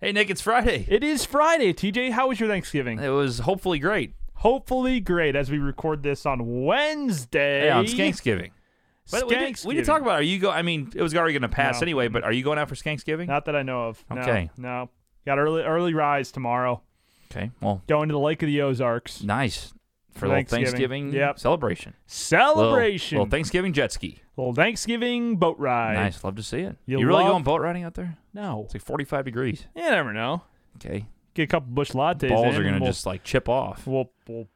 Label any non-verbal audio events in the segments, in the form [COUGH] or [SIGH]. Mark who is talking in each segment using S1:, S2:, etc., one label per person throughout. S1: Hey, Nick, it's Friday.
S2: It is Friday. TJ, how was your Thanksgiving?
S1: It was hopefully great.
S2: Hopefully great as we record this on Wednesday.
S1: Hey, on Skanksgiving. But we did, we did
S2: Skanksgiving.
S1: talk about. Are you go? I mean, it was already going to pass
S2: No.
S1: anyway. But are you going out for Skanksgiving?
S2: Not that I know of. No,
S1: Okay.
S2: No. Got early early rise tomorrow.
S1: Okay. Well,
S2: Going to the Lake of the Ozarks.
S1: nice for a little
S2: Thanksgiving.
S1: Thanksgiving
S2: Yep.
S1: celebration. Little-
S2: Celebration.
S1: Little, Thanksgiving jet ski.
S2: Little Thanksgiving boat ride.
S1: Nice. Love to see it.
S2: You
S1: You, really
S2: love-
S1: going boat riding out there?
S2: No.
S1: It's like 45 degrees.
S2: You never know.
S1: Okay.
S2: Get a couple bush lattes.
S1: Balls are
S2: in
S1: going to
S2: and we'll-
S1: just like chip off.
S2: we'll- we'll-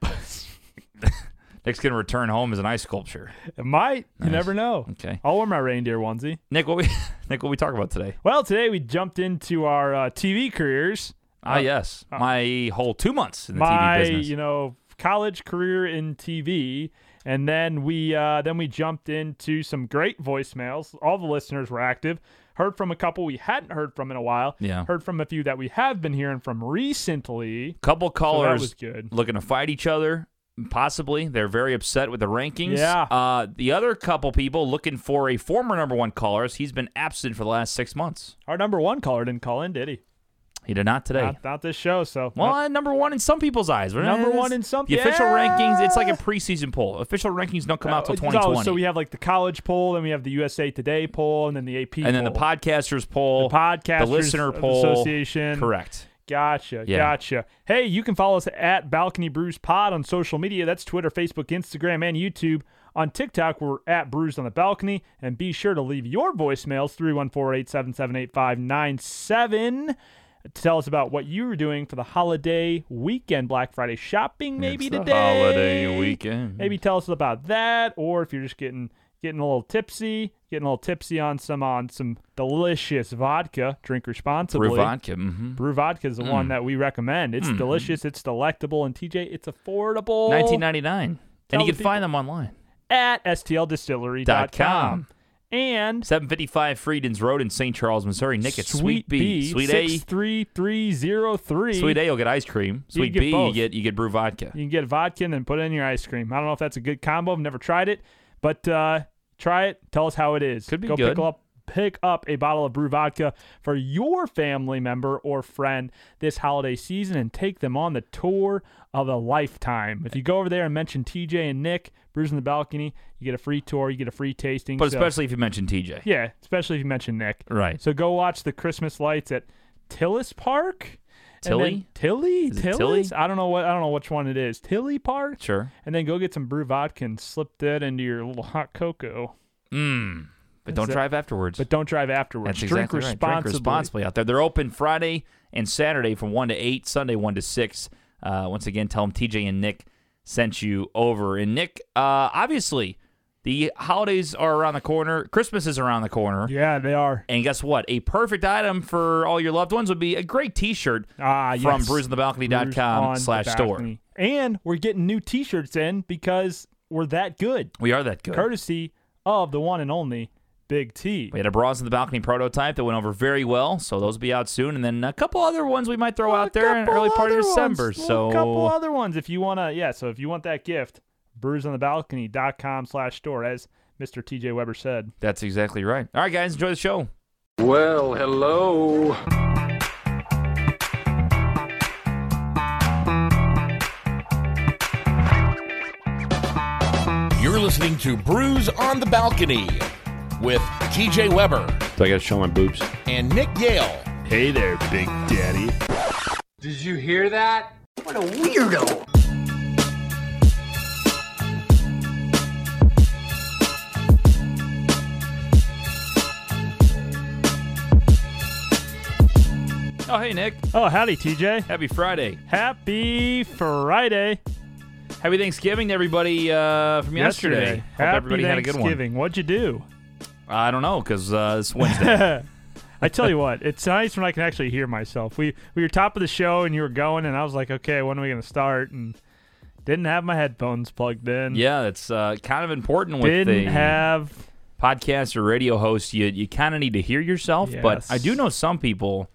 S1: Nick's going to return home as an ice sculpture.
S2: [LAUGHS] it might. You
S1: Nice.
S2: never know.
S1: Okay.
S2: I'll wear my reindeer onesie.
S1: Nick, what we [LAUGHS] Nick, what we talk about today?
S2: Well, today we jumped into our uh, TV careers.
S1: Ah, yes. my whole two months in the
S2: Uh,
S1: TV
S2: my
S1: business.
S2: you know college career in TV, and then we uh, then we jumped into some great voicemails. All the listeners were active. Heard from a couple we hadn't heard from in a while.
S1: Yeah.
S2: Heard from a few that we have been hearing from recently.
S1: couple
S2: So that
S1: callers
S2: was good.
S1: looking to fight each other. Possibly, they're very upset with the rankings.
S2: Yeah.
S1: Uh, the other couple people looking for a former number one caller. as He's been absent for the last six months.
S2: Our number one caller didn't call in, did he?
S1: He did not today.
S2: Not, not this show. So
S1: well, uh, number one in some people's eyes. We're-
S2: Number one
S1: it's-
S2: in some-
S1: The official
S2: yeah.
S1: rankings. It's like a preseason poll. Official rankings don't come out till
S2: Oh, so-
S1: 2020.
S2: so we have like the college poll, then we have the USA Today poll, and then the AP,
S1: and then the
S2: poll.
S1: podcasters poll,
S2: Podcasters
S1: the listener poll,
S2: association.
S1: Correct.
S2: Gotcha,
S1: Yeah.
S2: gotcha. Hey, you can follow us at Balcony Brews Pod on social media. That's Twitter, Facebook, Instagram, and YouTube. On TikTok, we're at Brews on the Balcony. And be sure to leave your voicemails, 314-877-8597, to tell us about what you were doing for the holiday weekend, Black Friday shopping maybe
S1: It's the
S2: today.
S1: holiday weekend.
S2: Maybe tell us about that, or if you're just getting getting a little tipsy, getting a little tipsy on some on some delicious vodka. Drink responsibly.
S1: Brew vodka. mhm.
S2: Brew vodka is the one that we recommend.
S1: Hmm.
S2: It's delicious, it's delectable, and TJ, it's affordable.
S1: 1999.
S2: Tell
S1: And you
S2: the
S1: can find them online.
S2: at stldistillery.com.
S1: com.
S2: And
S1: 755 Freedens Road in St. Charles, Missouri. Nick, it's Sweet,
S2: Sweet
S1: B.
S2: B,
S1: Sweet A.
S2: 63303.
S1: Sweet A, you'll get ice cream. Sweet
S2: get
S1: B,
S2: both.
S1: you get you get brew vodka.
S2: You can get vodka and then put it in your ice cream. I don't know if that's a good combo. I've never tried it, but uh, try it. Tell us how it is.
S1: Could be
S2: Go
S1: good.
S2: pick up pick up a bottle of brew vodka for your family member or friend this holiday season and take them on the tour of a lifetime. If you go over there and mention TJ and Nick, Brews in the Balcony, you get a free tour, you get a free tasting.
S1: But
S2: So-
S1: especially if you mention TJ.
S2: yeah, especially if you mention Nick.
S1: Right.
S2: So go watch the Christmas lights at Tillis Park. and
S1: Tilly?
S2: then- Tilly?
S1: it Tilly?
S2: Tilly's? I don't know what I don't know which one it is. Tilly Park?
S1: Sure.
S2: And then go get some brew vodka and slip that into your little hot cocoa.
S1: Mmm. But
S2: it.
S1: don't drive afterwards.
S2: But don't drive afterwards.
S1: That's
S2: Drink
S1: exactly right.
S2: responsibly.
S1: Drink responsibly out there. They're open Friday and Saturday from 1 to 8, Sunday 1 to 6. Uh, once again, tell them TJ and Nick sent you over. And Nick, uh, obviously, the holidays are around the corner. Christmas is around the corner.
S2: Yeah, they are.
S1: And guess what? A perfect item for all your loved ones would be a great T-shirt
S2: Ah,
S1: from
S2: yes. Brews on
S1: bruisonthebalcony.com
S2: the
S1: slash store.
S2: balcony. And we're getting new t-shirts in because we're that good.
S1: We are that good.
S2: Courtesy of the one and only Big T.
S1: we had a bronze in the balcony prototype that went over very well, so those will be out soon, and then a couple other ones we might throw out there in
S2: couple
S1: early part of
S2: other
S1: December.
S2: ones.
S1: So
S2: a couple other ones if you want to yeah so if you want that gift brewsonthebalcony.com slash store as mr tj weber said
S1: that's exactly right. All right, guys, enjoy the show.
S3: Well, hello.
S4: You're listening to Brews on the Balcony with TJ Weber
S5: Do I gotta show my boobs?
S4: and Nick Yale.
S5: Hey there, Big Daddy.
S3: Did you hear that?
S1: Oh, hey, Nick.
S2: oh howdy tj
S1: Happy Friday.
S2: happy friday
S1: Happy Thanksgiving to everybody uh, from yesterday. Hope
S2: happy
S1: everybody had a good one.
S2: thanksgiving what'd you do
S1: I don't know, because uh, it's
S2: [LAUGHS]
S1: Wednesday.
S2: i tell you what it's nice when i can actually hear myself we we were top of the show and you were going and i was like okay when are we gonna start and didn't have my headphones plugged in
S1: yeah, it's uh, kind of important with
S2: didn't
S1: the...
S2: have
S1: podcast or radio host, you you kind of need to hear yourself. But
S2: Yes.
S1: I do know some people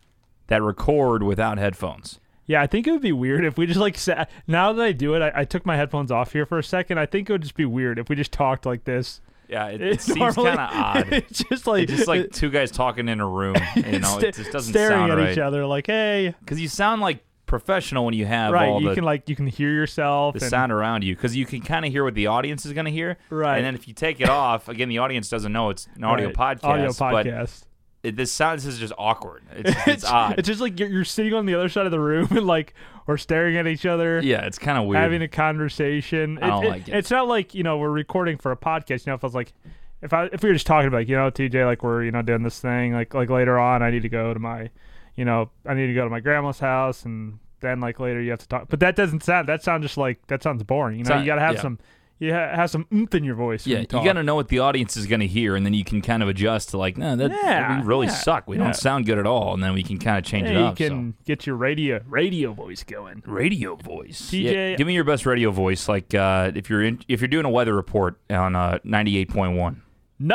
S1: that record without headphones.
S2: Yeah, I think it would be weird if we just like sat. Now that I do it, I, I took my headphones off here for a second. I think it would just be weird if we just talked like this
S1: Yeah, it, it
S2: It's
S1: seems
S2: normally-
S1: kind of odd.
S2: [LAUGHS] It's just like
S1: Just like two guys talking in a
S2: [LAUGHS]
S1: room, [LAUGHS] you know, it just doesn't
S2: staring
S1: sound
S2: at
S1: right.
S2: each other like, hey,
S1: Because you sound like professional when you have
S2: right?
S1: all
S2: You
S1: the,
S2: can like you can hear yourself.
S1: the
S2: and-
S1: sound around you, because you can kind of hear what the audience is going to hear.
S2: Right.
S1: And then if you take it off, again, the audience doesn't know it's an audio
S2: Right.
S1: podcast.
S2: Audio
S1: But
S2: podcast.
S1: it, this sounds this is just awkward.
S2: [LAUGHS]
S1: It's, it's, odd.
S2: It's just like you're, you're sitting on the other side of the room and like we're staring at each other.
S1: yeah, it's kind of weird.
S2: having a conversation.
S1: I don't like it.
S2: It's not like you know we're recording for a podcast. You know, if I was like, if I if we were just talking about like, you know TJ, like we're you know doing this thing, like like later on, I need to go to my, you know, I need to go to my grandma's house, and then like later you have to talk. But that doesn't sound. That sounds just like that sounds boring. You know,
S1: not-
S2: you gotta have
S1: yeah.
S2: some. You ha- have some oomph in your voice.
S1: yeah,
S2: when
S1: you
S2: you, talk.
S1: got to know what the audience is going to hear, and then you can kind of adjust to like, no, that
S2: Yeah,
S1: we really
S2: yeah,
S1: suck. We
S2: yeah.
S1: don't sound good at all, and then we can kind of change
S2: Yeah,
S1: it up.
S2: you
S1: so.
S2: can get your radio radio voice going.
S1: radio voice.
S2: TJ
S1: give me your best radio voice. Like uh, if you're in, if you're doing a weather report on uh, ninety eight point one.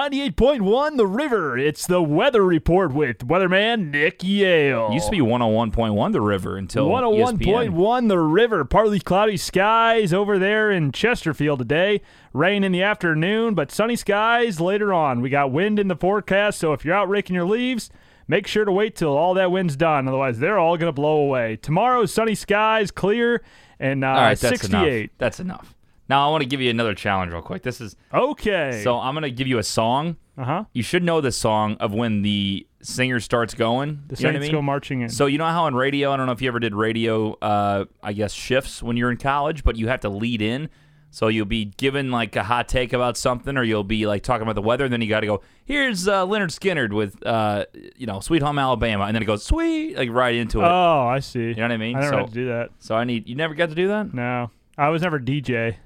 S2: 98.1 The River. It's the weather report with weatherman Nick Yale.
S1: Used to be one hundred one point one the river until E ESPN.
S2: 101.1 the river partly cloudy skies over there in chesterfield today rain in the afternoon but sunny skies later on we got wind in the forecast so if you're out raking your leaves make sure to wait till all that wind's done otherwise they're all going to blow away tomorrow sunny skies clear and uh,
S1: All right, that's
S2: 68
S1: enough. That's enough. Now I want to give you another challenge real quick. This is
S2: okay
S1: so I'm gonna give you a song.
S2: uh-huh
S1: You should know the song of when the singer starts going.
S2: the
S1: you know what I
S2: saints
S1: mean?
S2: go marching in
S1: So you know how on radio, I don't know if you ever did radio, uh, I guess shifts when you're in college, but you have to lead in. So you'll be given like a hot take about something, or you'll be like talking about the weather, and then you got to go. Here's uh, Leonard Skinner with uh, you know Sweet Home Alabama, and then it goes sweet like right into it.
S2: oh i see you
S1: know what I mean?
S2: i never
S1: So-
S2: had to do that
S1: so I need you never got to do that.
S2: no i was never dj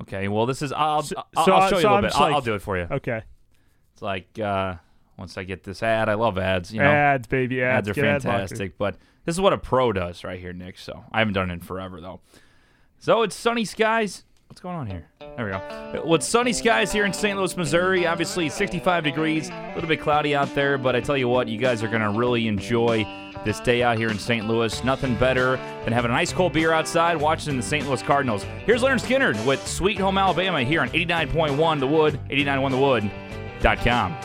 S1: Okay, well this is I'll
S2: So-
S1: I'll,
S2: so
S1: I'll
S2: I-
S1: show you
S2: so
S1: a little
S2: I'm
S1: bit.
S2: just
S1: I'll,
S2: like- uh,
S1: I'll do it for you.
S2: okay
S1: It's like uh, once I get this ad, I love ads. You know,
S2: ads baby
S1: ads
S2: ads
S1: are
S2: Get ad blockers.
S1: fantastic, but this is what a pro does right here, Nick. So I haven't done it in forever though. So it's sunny skies. What's going on here? There we go. Well, it's sunny skies here in St. Louis, Missouri. Obviously, 65 degrees, a little bit cloudy out there, but I tell you what, you guys are going to really enjoy this day out here in St. Louis. Nothing better than having an ice cold beer outside watching the St. Louis Cardinals. Here's Leonard Skinner with Sweet Home Alabama here on 89.1 The Wood, 891thewood.com.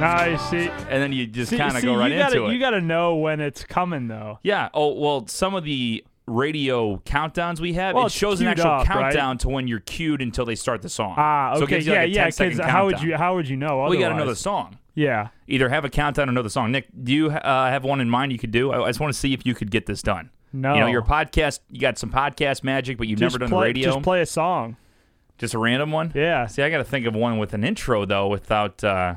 S2: nice see
S1: And then you just
S2: See-
S1: kind of
S2: see,
S1: go right
S2: you gotta,
S1: into it.
S2: You got to know when it's coming, though.
S1: Yeah. Oh well, some of the radio countdowns we have
S2: Well,
S1: it
S2: it's
S1: shows an
S2: queued
S1: actual
S2: up, right?
S1: countdown to when you're cued until they start the song.
S2: Ah, okay,
S1: So it gives you
S2: yeah,
S1: like a
S2: yeah.
S1: 10-second
S2: how would
S1: countdown.
S2: you how would you know?
S1: Well, you got to know the
S2: otherwise?
S1: song.
S2: Yeah.
S1: Either have a countdown or know the song. Nick, do you uh, have one in mind you could do? I, I just want to see if you could get this done.
S2: No.
S1: You know, your podcast, you got some podcast magic, but you've
S2: Just
S1: never done
S2: play,
S1: radio.
S2: Just play a song.
S1: Just a random one.
S2: Yeah.
S1: See, I got to think of one with an intro though, without. Uh,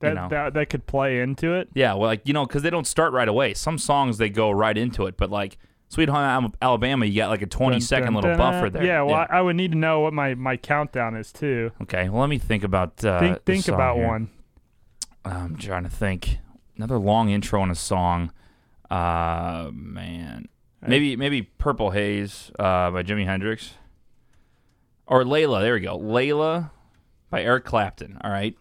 S2: That,
S1: you know.
S2: that that could play into it.
S1: Yeah, well, like you know, because they don't start right away. Some songs they go right into it, but like "Sweet Home Al- Alabama," you got like a twenty
S2: Dun,
S1: second
S2: dun,
S1: little
S2: dun,
S1: buffer there.
S2: Yeah. Well, I, I would need to know what my my countdown is too.
S1: okay. Well, let me think about uh, this
S2: Think think
S1: song
S2: about
S1: here. Uh,
S2: one.
S1: I'm trying to think. Another long intro on a song. Uh, man, maybe maybe "Purple Haze" uh, by Jimi Hendrix, or "Layla." There we go, "Layla" by Eric Clapton. All right.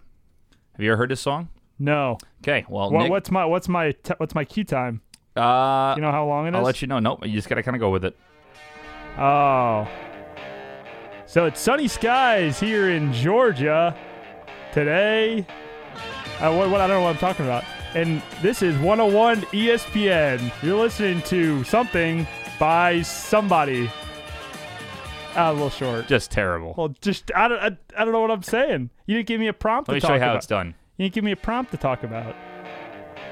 S1: Have you ever heard this song?
S2: No.
S1: Okay. Well,
S2: What,
S1: Nick,
S2: what's my what's my t- what's my cue time?
S1: uh,
S2: You know how long it is?
S1: I'll let you know. Nope, you just gotta kind of go with it.
S2: Oh. So it's sunny skies here in Georgia today. Uh, what, what, I don't know what I'm talking about. And this is 101 ESPN. You're listening to something by somebody. Ah, a little short.
S1: Just terrible.
S2: Well, just I don't, I, I don't know what I'm saying. You didn't give me a prompt
S1: Let me
S2: to
S1: show
S2: talk
S1: you how
S2: about.
S1: it's done.
S2: You didn't give me a prompt to talk about.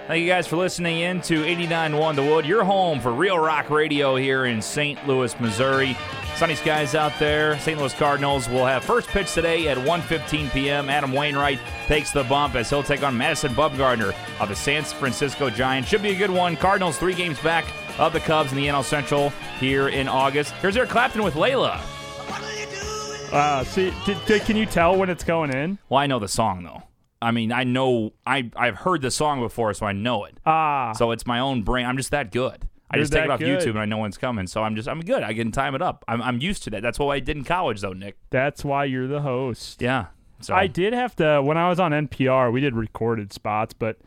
S1: Thank you guys for listening in to 89.1 The Wood, your home for real rock radio here in St. Louis, Missouri. Sunny skies out there. St. Louis Cardinals will have first pitch today at 1.15 p.m. Adam Wainwright takes the bump as he'll take on Madison Bumgarner of the San Francisco Giants. Should be a good one. Cardinals three games back of the Cubs in the NL Central here in August. Here's Eric Clapton with Layla.
S2: Wow. Ah, See, did, did, can you tell when it's going in?
S1: Well, I know the song, though. I mean, I know, I, I've heard the song before, so I know it.
S2: Ah.
S1: So it's my own brain. I'm just that good. I
S2: You're
S1: just take
S2: that
S1: it off
S2: good.
S1: YouTube and I know when's coming. So I'm just I'm good. I can time it up. I'm I'm used to that. That's what I did in college though, Nick.
S2: That's why you're the host.
S1: Yeah. So
S2: I did have to when I was on NPR. We did recorded spots, but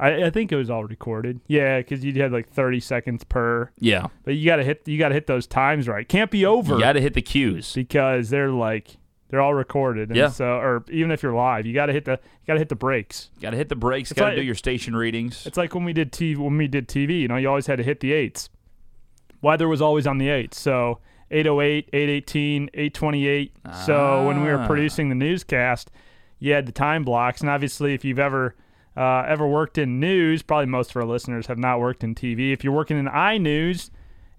S2: I, I think it was all recorded. Yeah, because you had like thirty seconds per.
S1: Yeah.
S2: But you gotta hit you gotta hit those times right. Can't be over
S1: You got to hit the cues.
S2: because they're like They're all recorded. And
S1: Yeah.
S2: So, or even if you're live, you got to hit the you got to hit the brakes.
S1: Got to hit the brakes. Got to
S2: like-
S1: do your station readings.
S2: It's like when we did TV. When we did TV, you know, you always had to hit the eights. Weather was always on the eights. So 808, 818, 828. So when we
S1: Ah.
S2: were producing the newscast, you had the time blocks. And obviously, if you've ever uh, ever worked in news, probably most of our listeners have not worked in TV. If you're working in iNews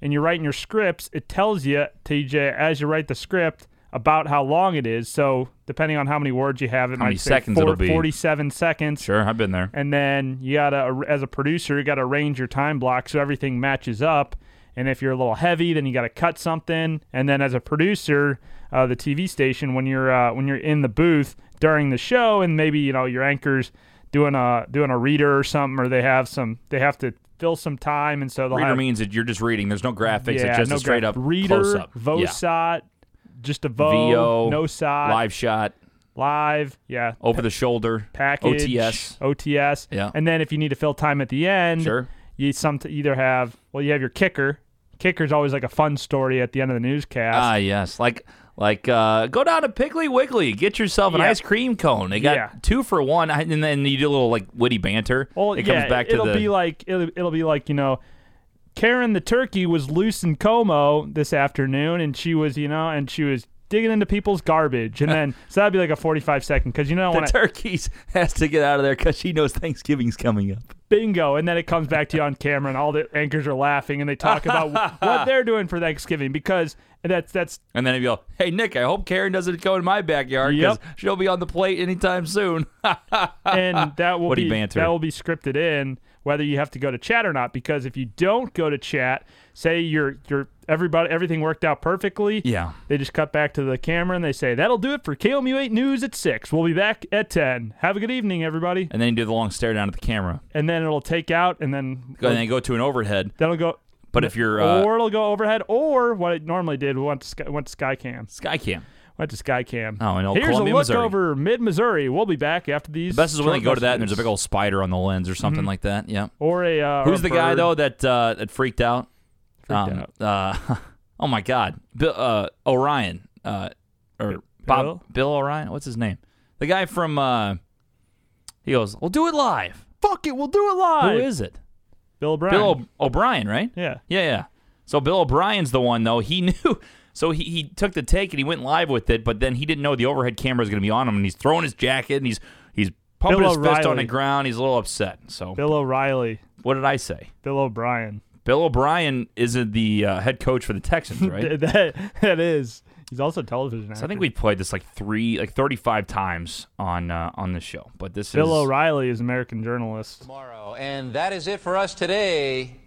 S2: and you're writing your scripts, it tells you, TJ, as you write the script, about how long it is. So depending on how many words you have, it might
S1: many
S2: say
S1: seconds it'll be.
S2: 47 seconds.
S1: Sure, I've been there.
S2: And then you gotta, as a producer, you gotta arrange your time block so everything matches up. And if you're a little heavy, then you gotta cut something. And then as a producer, uh, the TV station, when you're uh, when you're in the booth during the show, and maybe you know your anchors doing a doing a reader or something, or they have some they have to fill some time, and so they'll
S1: Reader
S2: have,
S1: means that you're just reading. There's no graphics. it's just
S2: no
S1: a straight
S2: graph-
S1: up
S2: reader,
S1: close up.
S2: VOSOT, just a vo,
S1: VO,
S2: no sot,
S1: Live shot,
S2: live, yeah,
S1: over the shoulder,
S2: package,
S1: OTS.
S2: OTS.
S1: Yeah.
S2: And then if you need to fill time at the end,
S1: Sure.
S2: you some either have well, you have your kicker. Kicker's always like a fun story at the end of the newscast.
S1: Ah, yes. Like, like, uh, go down to Piggly Wiggly, get yourself an
S2: Yeah.
S1: ice cream cone. They got
S2: Yeah.
S1: two for one, I- and then you do a little like witty banter.
S2: well,
S1: it
S2: yeah,
S1: comes back to
S2: it'll
S1: the
S2: be like it'll, it'll be like you know, Karen the turkey was loose in Como this afternoon, and she was you know, and she was digging into people's garbage, and then so that'd be like a forty-five second because you know
S1: the
S2: when
S1: turkeys [LAUGHS] has to get out of there because she knows Thanksgiving's coming up.
S2: bingo and then it comes back to you on camera and all the anchors are laughing and they
S1: [LAUGHS]
S2: talk about what they're doing for thanksgiving because that's that's
S1: And then you go, hey, Nick, I hope Karen doesn't go in my backyard because
S2: Yep.
S1: she'll be on the plate anytime soon. [LAUGHS]
S2: and that will
S1: What do
S2: be
S1: you banter?
S2: that will be scripted in whether you have to go to chat or not. Because if you don't go to chat, say you're you're everybody everything worked out perfectly.
S1: Yeah.
S2: They just cut back to the camera and they say, That'll do it for KMU eight news at six. We'll be back at ten. Have a good evening, everybody.
S1: and then you do the long stare down at the camera.
S2: And then it'll take out and then
S1: Go, and then you go to an overhead.
S2: that'll go
S1: But if you're uh,
S2: or it'll go overhead, or what it normally did, we went to Sky, went to Skycam,
S1: Skycam,
S2: went to Skycam.
S1: Oh, in old
S2: here's
S1: Columbia,
S2: a look
S1: Missouri.
S2: over mid Missouri. We'll be back after these.
S1: the best is when they
S2: short
S1: go to that and
S2: messages.
S1: there's a big old spider on the lens or
S2: Mm-hmm.
S1: something like that. Yeah.
S2: or a uh, or
S1: Who's
S2: a
S1: the guy
S2: bird.
S1: though that uh, that freaked out?
S2: Freaked
S1: Uh, [LAUGHS] oh my God, Bill uh, Orion uh, or Bob
S2: Bill?
S1: Bill Orion? What's his name? The guy from uh, he goes, "We'll do it live."
S2: Fuck it, we'll do it live.
S1: Who is it?
S2: Bill O'Brien?
S1: Bill o- O'Brien, right?
S2: yeah.
S1: Yeah, yeah. So Bill O'Brien's the one though. He [LAUGHS] knew, so he, he took the take and he went live with it. But then he didn't know the overhead camera was going to be on him, and he's throwing his jacket and he's he's pumping
S2: Bill
S1: his fist on
S2: O'Reilly.
S1: the ground. He's a little upset. So
S2: Bill O'Reilly.
S1: what did I say?
S2: Bill O'Brien.
S1: Bill O'Brien is the uh, head coach for the Texans, right?
S2: Th- [LAUGHS] That, that is. He's also a television actor.
S1: so I think we played this like three, like thirty-five times on uh, on the show. But this
S2: Bill
S1: is
S2: O'Reilly is an American journalist.
S6: tomorrow. And that is it for us today.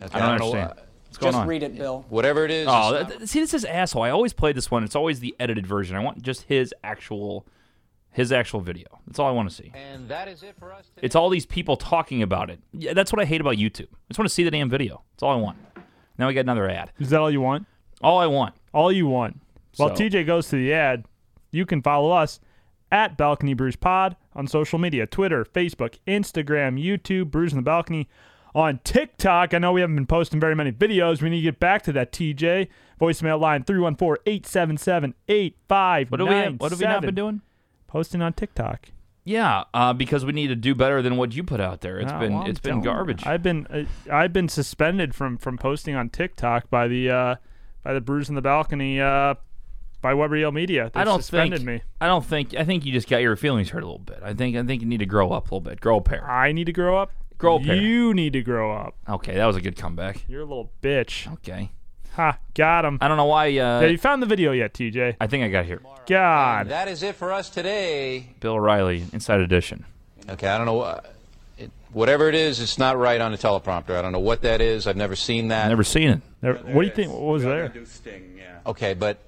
S1: I don't understand. What's going
S7: Just
S1: on?
S7: read it, Bill.
S6: Whatever it is.
S1: Oh,
S6: it's
S1: th- th- see, this is asshole. I always play this one. It's always the edited version. I want just his actual, his actual video. That's all I want to see.
S6: not- and that is it for us today.
S1: It's all these people talking about it. Yeah, that's what I hate about YouTube. I just want to see the damn video. That's all I want. Now we got another ad.
S2: Is that all you want?
S1: All I want.
S2: All you want. While
S1: So-
S2: TJ goes to the ad, you can follow us at Balcony Brews Pod on social media Twitter, Facebook, Instagram, YouTube, Brews in the Balcony. On TikTok, I know we haven't been posting very many videos. We need to get back to that, TJ. Voicemail line 314 877 8597.
S1: What have we? What have we not been doing?
S2: Posting on TikTok.
S1: Yeah, uh, because we need to do better than what you put out there. It's
S2: Uh,
S1: been
S2: well, I'm
S1: it's been
S2: telling you.
S1: garbage.
S2: I've been uh, I've been suspended from from posting on TikTok by the uh, by the Bruise in the Balcony uh, by Weber Yale Media. They
S1: I don't
S2: suspended
S1: think.
S2: me.
S1: I don't think. I think you just got your feelings hurt a little bit. I think. I think you need to grow up a little bit. Grow a pair.
S2: I need to grow up.
S1: Grow up here.
S2: You need to grow up.
S1: Okay, that was a good comeback.
S2: You're a little bitch.
S1: Okay.
S2: Ha! Got him.
S1: I don't know why. Uh,
S2: Have you found the video yet, TJ?
S1: I think I got here.
S6: And
S2: God.
S6: that is it for us today.
S1: Bill O'Reilly, Inside Edition.
S6: Okay, I don't know. Uh, it, whatever it is, it's not right on the teleprompter. I don't know what that is. I've never seen that.
S1: I've never seen it.
S2: There- what do you think? What was there?
S6: Okay, but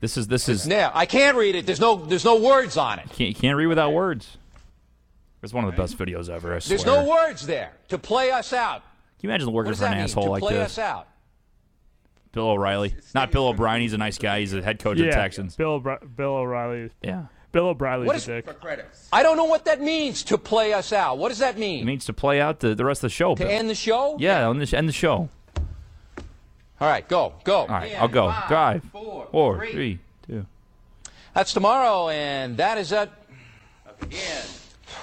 S1: This is this is
S6: yeah, I can't read it. There's no. There's no words on it.
S1: can't, can't read without words. It's one of the best videos ever. I swear.
S6: There's no words there to play us out.
S1: Can you imagine
S6: What
S1: working
S6: does
S1: for an
S6: that mean? To
S1: asshole like
S6: play
S1: this?
S6: us out.
S1: Bill O'Reilly, not Bill O'Brien. He's a nice guy. He's the head coach
S2: Yeah.
S1: of Texans.
S2: Bill O'Bri- Bill O'Reilly.
S1: Yeah,
S2: Bill O'Reilly's
S6: What
S2: a
S6: is-
S2: dick.
S1: [LAUGHS]
S6: I don't know what that means to play us out. What does that
S1: he
S6: mean?
S1: needs to play out the, the rest of the show.
S6: To
S1: Bill.
S6: end the show?
S1: yeah, on the sh- end the show.
S6: All right, go, go.
S1: All right, I'll go. Drive.
S6: four,
S1: Four,
S6: three.
S1: three, two.
S6: That's tomorrow, and that is it. Again.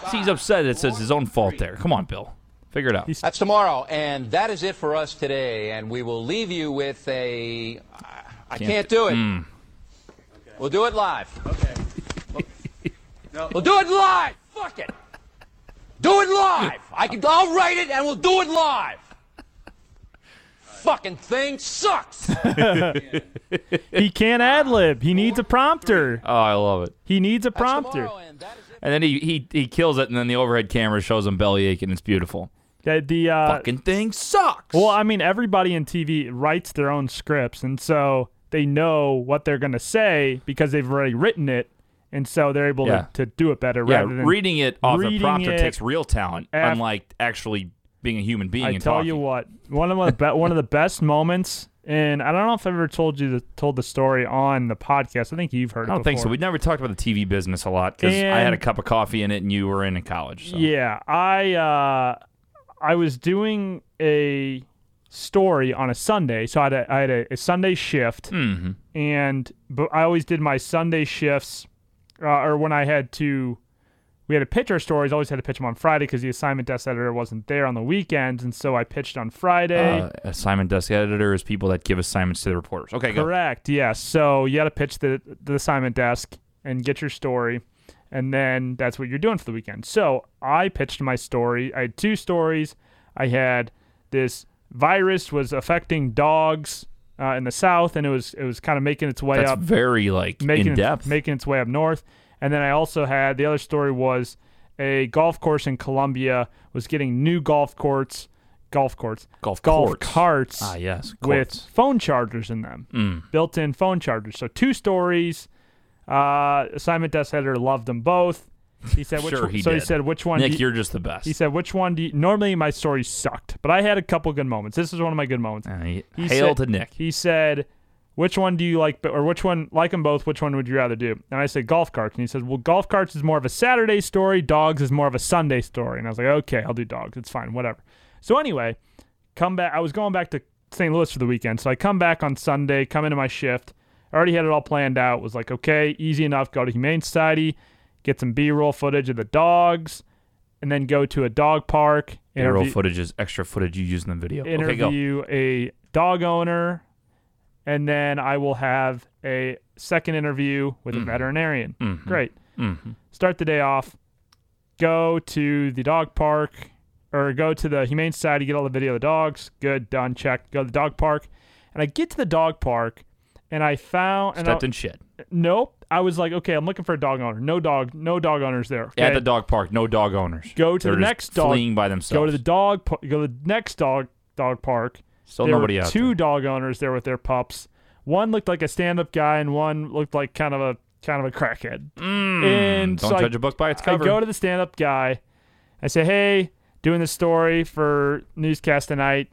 S1: See, he's upset. It says his own fault there. Come on, Bill. Figure it out.
S2: He's-
S6: That's tomorrow, and that is it for us today. And we will leave you with a. I- I can't, do it. We'll do it live. Okay. [LAUGHS] We'll do it live. Fuck it. Do it live. I can. I'll write it, and we'll do it live. Fucking thing sucks.
S2: he can't ad lib. He needs a prompter.
S1: Oh, I love it.
S2: He needs a prompter.
S6: Tomorrow, and that is it.
S1: And then he, he he kills it, and then the overhead camera shows him belly aching. It's beautiful.
S2: That the uh,
S1: Fucking thing sucks.
S2: well, I mean, everybody in TV writes their own scripts, and so they know what they're gonna say because they've already written it, and so they're able
S1: Yeah.
S2: to, to do it better.
S1: yeah,
S2: rather than
S1: reading it off a
S2: reading
S1: prompter
S2: it
S1: takes real talent,
S2: af-
S1: unlike actually being a human being.
S2: I
S1: and
S2: tell
S1: talking.
S2: you what, one of the be-
S1: [LAUGHS]
S2: one of the best moments, and I don't know if I've ever told you the, told the story on the podcast. I think you've heard.
S1: I don't
S2: it
S1: think so.
S2: before.
S1: We never talked about the TV business a lot because I had
S2: And-
S1: a cup of coffee in it, and you were in in college. So.
S2: Yeah, I uh, I was doing a story on a Sunday, so I had a, I had a, a Sunday shift, and but I always did my Sunday shifts, uh, or when I had to, we had to pitch our stories. I always had to pitch them on Friday because the assignment desk editor wasn't there on the weekends, and so I pitched on Friday.
S1: Uh, assignment desk editor is people that give assignments to the reporters. Okay, go.
S2: Correct. Yes. So you got to pitch the the assignment desk and get your story, and then that's what you're doing for the weekend. So I pitched my story. I had two stories. I had this virus was affecting dogs uh, in the south, and it was it was kind of making its way
S1: That's
S2: up,
S1: very like
S2: making
S1: in
S2: its-
S1: depth.
S2: making its way up north. And then I also had the other story was a golf course in Colombia was getting new golf courts, golf courts,
S1: Golf
S2: golf
S1: courts.
S2: carts
S1: ah, yes.
S2: with
S1: courts.
S2: phone chargers in them,
S1: Mm.
S2: built-in phone chargers. So two stories. Uh, assignment desk editor loved them both. He said, which
S1: Sure
S2: one-
S1: he
S2: so he
S1: did.
S2: said, which one? do
S1: Nick,
S2: you-
S1: you're just the best.
S2: he said, which one do you, normally my stories sucked, but I had a couple good moments. This is one of my good moments.
S1: Uh, he-
S2: He
S1: hail
S2: said-
S1: to Nick.
S2: He said, which one do you like, or which one, like them both, which one would you rather do? And I said, golf carts. And he said, well, golf carts is more of a Saturday story, dogs is more of a Sunday story. And I was like, okay, I'll do dogs. It's fine, whatever. So anyway, come back. I was going back to St. Louis for the weekend. So I come back on Sunday, come into my shift. I already had it all planned out. Was like, okay, easy enough. Go to Humane Society, get some B roll footage of the dogs, and then go to a dog park.
S1: Aerial
S2: interview-
S1: footage is extra footage you use in the video. Okay, go.
S2: interview a dog owner, and then I will have a second interview with
S1: Mm-hmm.
S2: a veterinarian. Great. Start the day off. Go to the dog park or go to the Humane Society, get all the video of the dogs. Good, done, check. Go to the dog park. And I get to the dog park and I found and
S1: Stepped
S2: I,
S1: in shit.
S2: nope. I was like, okay, I'm looking for a dog owner. No dog, no dog owners there.
S1: At
S2: okay?
S1: the dog park, no dog owners.
S2: Go to
S1: They're
S2: the
S1: just
S2: next dog-
S1: Fleeing by themselves.
S2: go to the dog par- go to the next dog dog park.
S1: Still
S2: there
S1: nobody
S2: were
S1: out
S2: two
S1: there.
S2: dog owners there with their pups. One looked like a stand-up guy, and one looked like kind of a kind of a crackhead. and
S1: Mm, Don't
S2: so I-
S1: judge a book by its cover.
S2: I go to the stand-up guy. I say, "Hey, doing this story for newscast tonight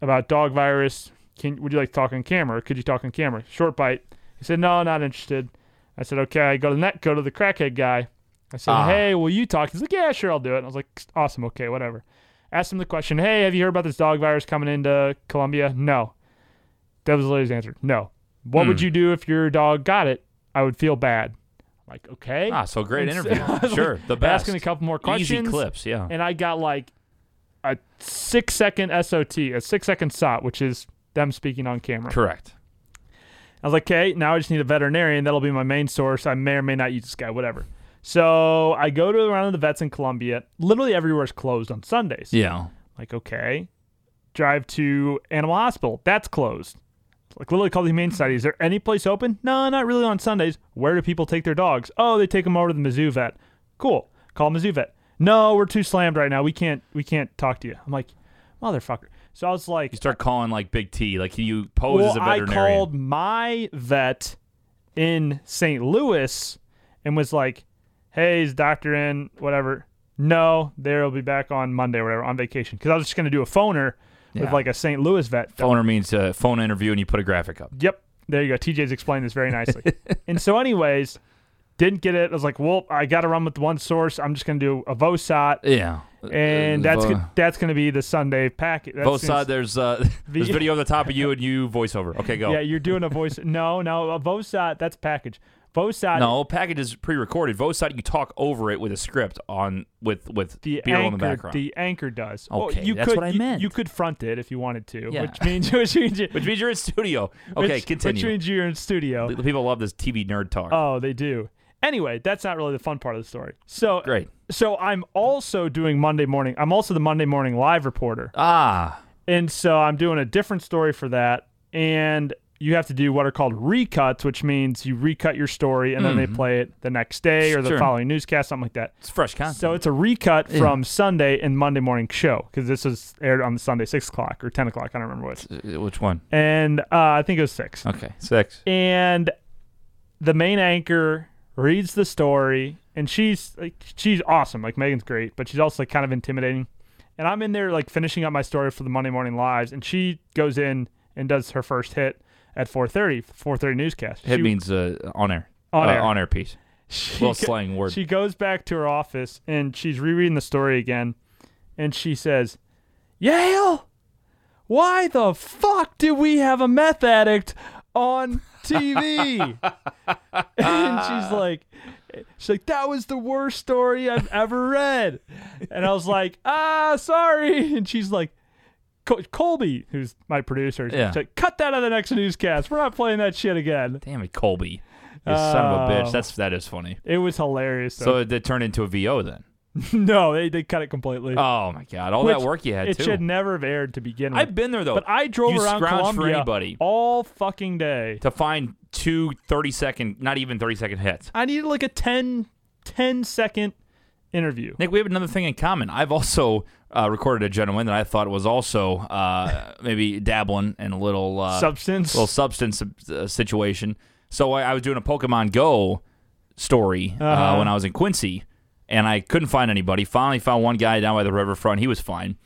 S2: about dog virus. Can would you like to talk on camera? Could you talk on camera? Short bite." He said, "No, not interested." I said, "Okay." I go to the net, go to the crackhead guy. I said,
S1: Ah.
S2: "Hey, will you talk?" He's like, "Yeah, sure, I'll do it." And I was like, "Awesome, okay, whatever." Asked him the question, "Hey, have you heard about this dog virus coming into Colombia?" No. That was the lady's answer. No. What would you do if your dog got it? I would feel bad. I'm like, okay.
S1: ah, so great
S2: And so- [LAUGHS]
S1: interview.
S2: I was
S1: sure,
S2: like
S1: the best.
S2: Asking a couple more
S1: Easy
S2: questions.
S1: clips, yeah.
S2: And I got like a six second SOT, a six second SOT, which is them speaking on camera.
S1: Correct.
S2: I was like, okay, now I just need a veterinarian. That'll be my main source. I may or may not use this guy, whatever. So I go to around the vets in Columbia. Literally everywhere is closed on Sundays.
S1: Yeah.
S2: Like, okay. Drive to Animal Hospital. That's closed. Like, literally call the Humane Society. Is there any place open? No, not really on Sundays. Where do people take their dogs? Oh, they take them over to the Mizzou vet. Cool. Call Mizzou vet. No, we're too slammed right now. We can't. We can't talk to you. I'm like, motherfucker. So I was like,
S1: You start calling like Big T, like you pose
S2: well,
S1: as a
S2: I
S1: veterinarian.
S2: called my vet in St. Louis and was like, hey, is doctor in? Whatever. No, they'll be back on Monday or whatever on vacation. Because I was just going to do a phoner with like a St. Louis vet.
S1: Phoner means a phone interview, and you put a graphic up. [LAUGHS]
S2: Yep. There you go. TJ's explained this very nicely. and so, anyways, Didn't get it. I was like, well, I got to run with one source. I'm just going to do a Vosat,
S1: Yeah.
S2: and that's
S1: Uh, Vo-
S2: go- that's going to be the Sunday packet. That's
S1: Both sides. There's uh, [LAUGHS]
S2: [LAUGHS]
S1: there's
S2: The-
S1: video of the top of you and you voiceover. Okay, go.
S2: Yeah, you're doing a voice. no, no, a Vosat. That's package. Vosat.
S1: no, package is pre-recorded. Both side you talk over it with a script on with with
S2: The
S1: B-roll in the
S2: anchor,
S1: background.
S2: the anchor does. Well,
S1: Okay,
S2: you
S1: that's
S2: could,
S1: what I
S2: you-
S1: meant.
S2: You, could front it if you wanted to,
S1: Yeah.
S2: which means [LAUGHS] which means you,
S1: which means you're in studio. Okay,
S2: which, Which
S1: continue.
S2: means you're in studio.
S1: The People love this TV nerd talk.
S2: Oh, they do. Anyway, that's not really the fun part of the story. So
S1: Great.
S2: So I'm also doing Monday morning. I'm also the Monday morning live reporter,
S1: ah,
S2: and so I'm doing a different story for that. And you have to do what are called recuts, which means you recut your story and
S1: Mm-hmm.
S2: then they play it the next day or the
S1: Sure.
S2: following newscast, something like that.
S1: it's fresh content.
S2: So it's a recut from Sunday and Monday morning show because this was aired on the Sunday six o'clock or ten o'clock. I don't remember which.
S1: Uh, Which one?
S2: And uh, I think it was six
S1: Okay, six.
S2: and the main anchor reads the story and she's like she's awesome like megan's great but she's also like, kind of intimidating and i'm in there like finishing up my story for the monday morning lives and she goes in and does her first hit at 4.30 4.30 newscast
S1: Hit
S2: she,
S1: means uh, on air.
S2: On
S1: Uh,
S2: air.
S1: On air piece.
S2: she
S1: Little
S2: go-
S1: slang word.
S2: she goes back to her office and she's rereading the story again and she says yale why the fuck do we have a meth addict on
S1: [LAUGHS]
S2: tv and she's like she's like that was the worst story i've ever read and i was like ah sorry and she's like Col- colby who's my producer
S1: Yeah.
S2: she's like cut that out of the next newscast we're not playing that shit again
S1: Damn it, Colby. You son of a
S2: Oh.
S1: bitch. That's that is funny.
S2: it was hilarious
S1: So
S2: though.
S1: it did turn into a VO then.
S2: [LAUGHS] no they, they cut it completely
S1: Oh my god, all that
S2: Which
S1: work you had
S2: It
S1: too.
S2: should never have aired to begin with.
S1: I've been there though.
S2: but I drove
S1: you
S2: around
S1: scrounge
S2: Columbia
S1: for anybody
S2: all fucking day.
S1: to find two 30 second, not even 30 second hits.
S2: I needed like a 10, 10 second interview.
S1: Nick, we have another thing in common. I've also uh, recorded a gentleman that I thought was also uh, maybe dabbling in a little uh,
S2: Substance.
S1: little substance uh, situation. So I, I was doing a Pokemon Go story uh
S2: Uh-huh.
S1: when I was in Quincy, and I couldn't find anybody. Finally, found one guy down by the riverfront. He was fine.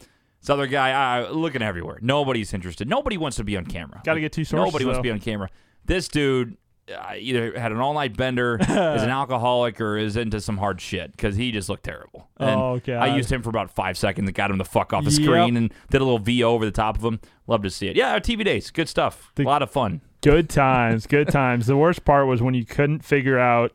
S1: This other guy, I, I- looking everywhere. Nobody's interested. Nobody wants to be on camera.
S2: Gotta get two sources,
S1: Nobody wants to
S2: though.
S1: be on camera. This dude. Uh, either had an all-night
S2: [LAUGHS]
S1: bender, is an alcoholic, or is into some hard shit because he just looked terrible. And
S2: Oh, God.
S1: I used him for about five seconds and got him the fuck off the
S2: Yep.
S1: screen and did a little VO over the top of him. Love to see it. Yeah, our TV days, good stuff. a lot of fun.
S2: Good times, good times. The worst part was when you couldn't figure out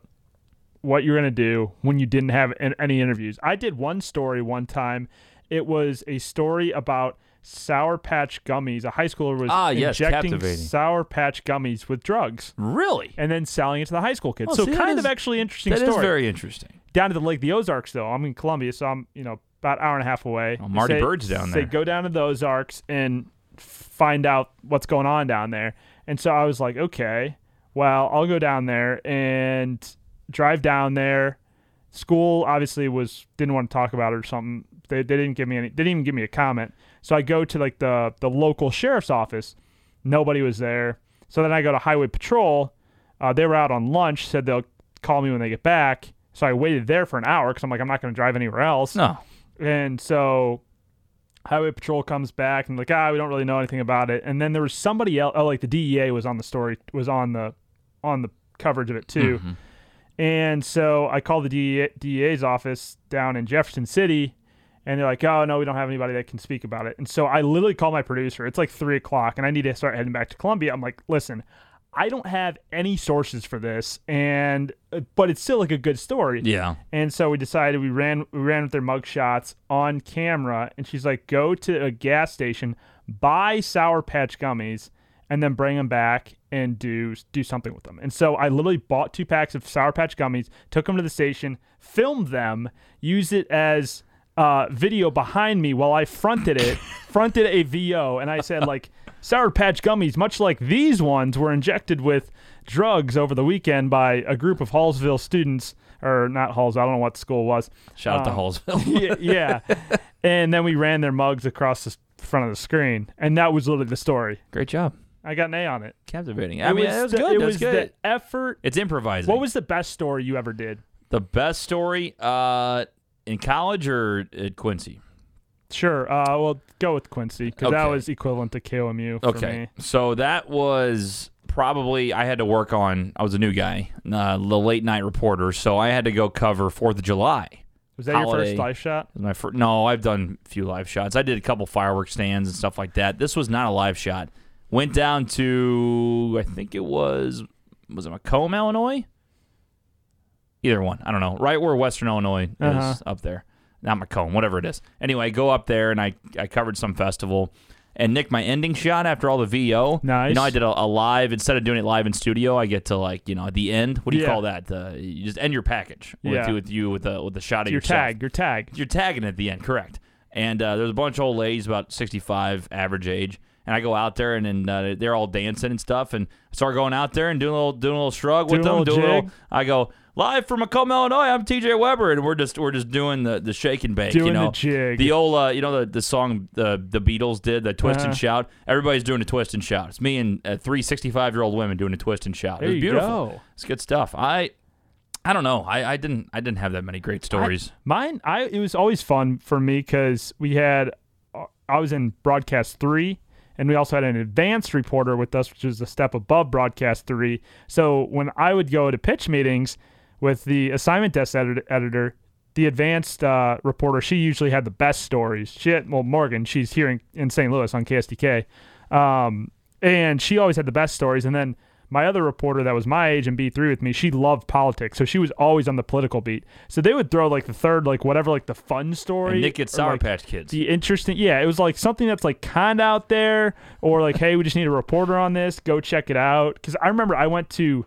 S2: what you're going to do when you didn't have an- any interviews. I did one story one time. It was a story about Sour Patch gummies. A high schooler was
S1: Ah, yes,
S2: injecting
S1: captivating.
S2: Sour Patch gummies with drugs
S1: Really?
S2: and then selling it to the high school kids.
S1: Oh,
S2: so
S1: see, that
S2: kind
S1: is-
S2: of actually interesting
S1: That is
S2: story.
S1: very interesting.
S2: down to the Lake of the Ozarks though. I'm in Columbia, so I'm you know about an hour and a half away.
S1: Oh, Marty
S2: Say-
S1: Bird's down
S2: Say
S1: there.
S2: go down to the Ozarks and find out what's going on down there. And so I was like, okay, well I'll go down there and drive down there. School obviously was didn't want to talk about it or something. They, they didn't give me any. They didn't even give me a comment. So I go to like the the local sheriff's office. Nobody was there. So then I go to Highway Patrol. Uh, they were out on lunch. Said they'll call me when they get back. So I waited there for an hour because I'm like I'm not going to drive anywhere else.
S1: No.
S2: And so Highway Patrol comes back and like ah we don't really know anything about it. And then there was somebody else. Oh, like the DEA was on the story was on the on the coverage of it too. And so I called the E DEA, DEA's office down in Jefferson City. And they're like, oh, no, we don't have anybody that can speak about it. And so I literally call my producer. It's like three o'clock and I need to start heading back to Columbia. I'm like, listen, I don't have any sources for this. And, uh, but it's still like a good story.
S1: Yeah.
S2: And so we decided we ran we ran with their mug shots on camera and she's like go to a gas station, buy sour patch gummies and then bring them back and do do something with them. And so I literally bought two packs of sour patch gummies, took them to the station, filmed them, used it as uh, video behind me while I fronted it, fronted a VO, and I said like Sour Patch gummies, much like these ones, were injected with drugs over the weekend by a group of Hallsville students, or not Halls, I don't know what school it
S1: [LAUGHS]
S2: was.
S1: Shout out to Hallsville.
S2: Um, [LAUGHS] yeah, yeah. and then we ran their mugs across the s- front of the screen, and that was literally the story.
S1: Great job.
S2: I got an A on it.
S1: Captivating. I mean, that was
S2: the-
S1: good.
S2: It
S1: That
S2: was
S1: was good.
S2: the effort.
S1: It's improvising.
S2: What was the best story you ever did?
S1: the best story uh, in college or at Quincy?
S2: Sure. Uh, well, go with Quincy because that
S1: Okay.
S2: was equivalent to KOMU for
S1: Okay.
S2: me.
S1: So that was probably I had to work on. I was a new guy, uh, the late night reporter, so I had to go cover Fourth of July.
S2: Was that your
S1: Holiday.
S2: first live shot?
S1: It was My first, no, I've done a few live shots. I did a couple fireworks stands and stuff like that. This was not a live shot. Went down to I think it was was it Macomb, Illinois? Either one, I don't know. Right where Western Illinois is
S2: Uh-huh.
S1: up there, not Macomb, whatever it is. Anyway, I go up there and I I covered some festival. And Nick, my ending shot after all the VO. You
S2: Nice.
S1: know, I did a, a live instead of doing it live in studio. I get to like you know at the end. What do you
S2: Yeah.
S1: call that? Uh, you just end your package with,
S2: Yeah.
S1: with you with a with a shot of
S2: Your
S1: yourself
S2: tag, your tag.
S1: you're tagging at the end, correct? And uh, there's a bunch of old ladies, about 65 average age, and I go out there and, and uh, they're all dancing and stuff, and I start going out there and doing a little doing a little shrug with
S2: Doing a
S1: them,
S2: little
S1: doing a
S2: jig.
S1: little. I go live from Macomb, Illinois. I'm TJ Weber, and we're just we're just doing the the shake and bake, you
S2: Doing the
S1: know,
S2: jig.
S1: the old uh, you know the the song the the Beatles did the twist
S2: Uh-huh.
S1: and shout. Everybody's doing a twist and shout. It's me and uh, three 65 year old women doing a twist and shout.
S2: There
S1: it was
S2: you
S1: beautiful.
S2: go.
S1: It's good stuff. I. I don't know. I, I didn't. I didn't have that many great stories.
S2: Mine, I it was always fun for me because we had, uh, I was in broadcast three, and we also had an advanced reporter with us, which is a step above broadcast three. So when I would go to pitch meetings with the assignment desk edit- editor, the advanced uh, reporter, she usually had the best stories. She had, well, Morgan, she's here in, in St. Louis on KSDK, um, and she always had the best stories. And then my other reporter that was my age and B3 with me, she loved politics. So she was always on the political beat. So they would throw like the third, like whatever, like the fun story.
S1: Nick gets
S2: or,
S1: Sour
S2: like,
S1: Patch Kids.
S2: The interesting, yeah, it was like something that's like kind of out there, or like, hey, we just need a reporter on this. Go check it out. Because I remember I went to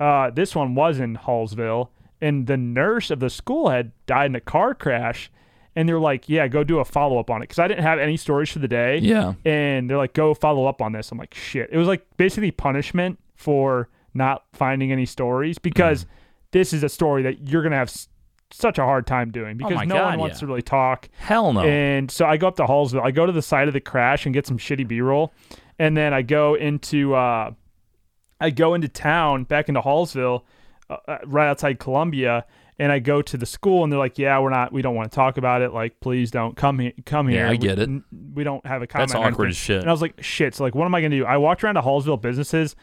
S2: uh, this one was in Hallsville, and the nurse of the school had died in a car crash, and they're like, yeah, go do a follow up on it. Because I didn't have any stories for the day.
S1: Yeah.
S2: and they're like, go follow up on this. I'm like, shit. It was like basically punishment for not finding any stories
S1: Mm.
S2: because this is a story that you're gonna have. S- such a hard time doing because
S1: Oh my
S2: no
S1: God,
S2: one wants
S1: yeah.
S2: to really talk.
S1: Hell no.
S2: And so I go up to Hallsville. I go to the site of the crash and get some shitty B-roll, and then I go into uh, I go into town back into Hallsville, uh, uh, right outside Columbia, and I go to the school, and they're like, "Yeah, we're not. We don't want to talk about it. Like, please don't come here. Come here.
S1: I
S2: We-
S1: get it.
S2: n- We don't have a comment.
S1: That's
S2: or
S1: awkward
S2: anything."
S1: as shit.
S2: And I was like, shit. So like, what am I gonna do? I walked around to Hallsville businesses,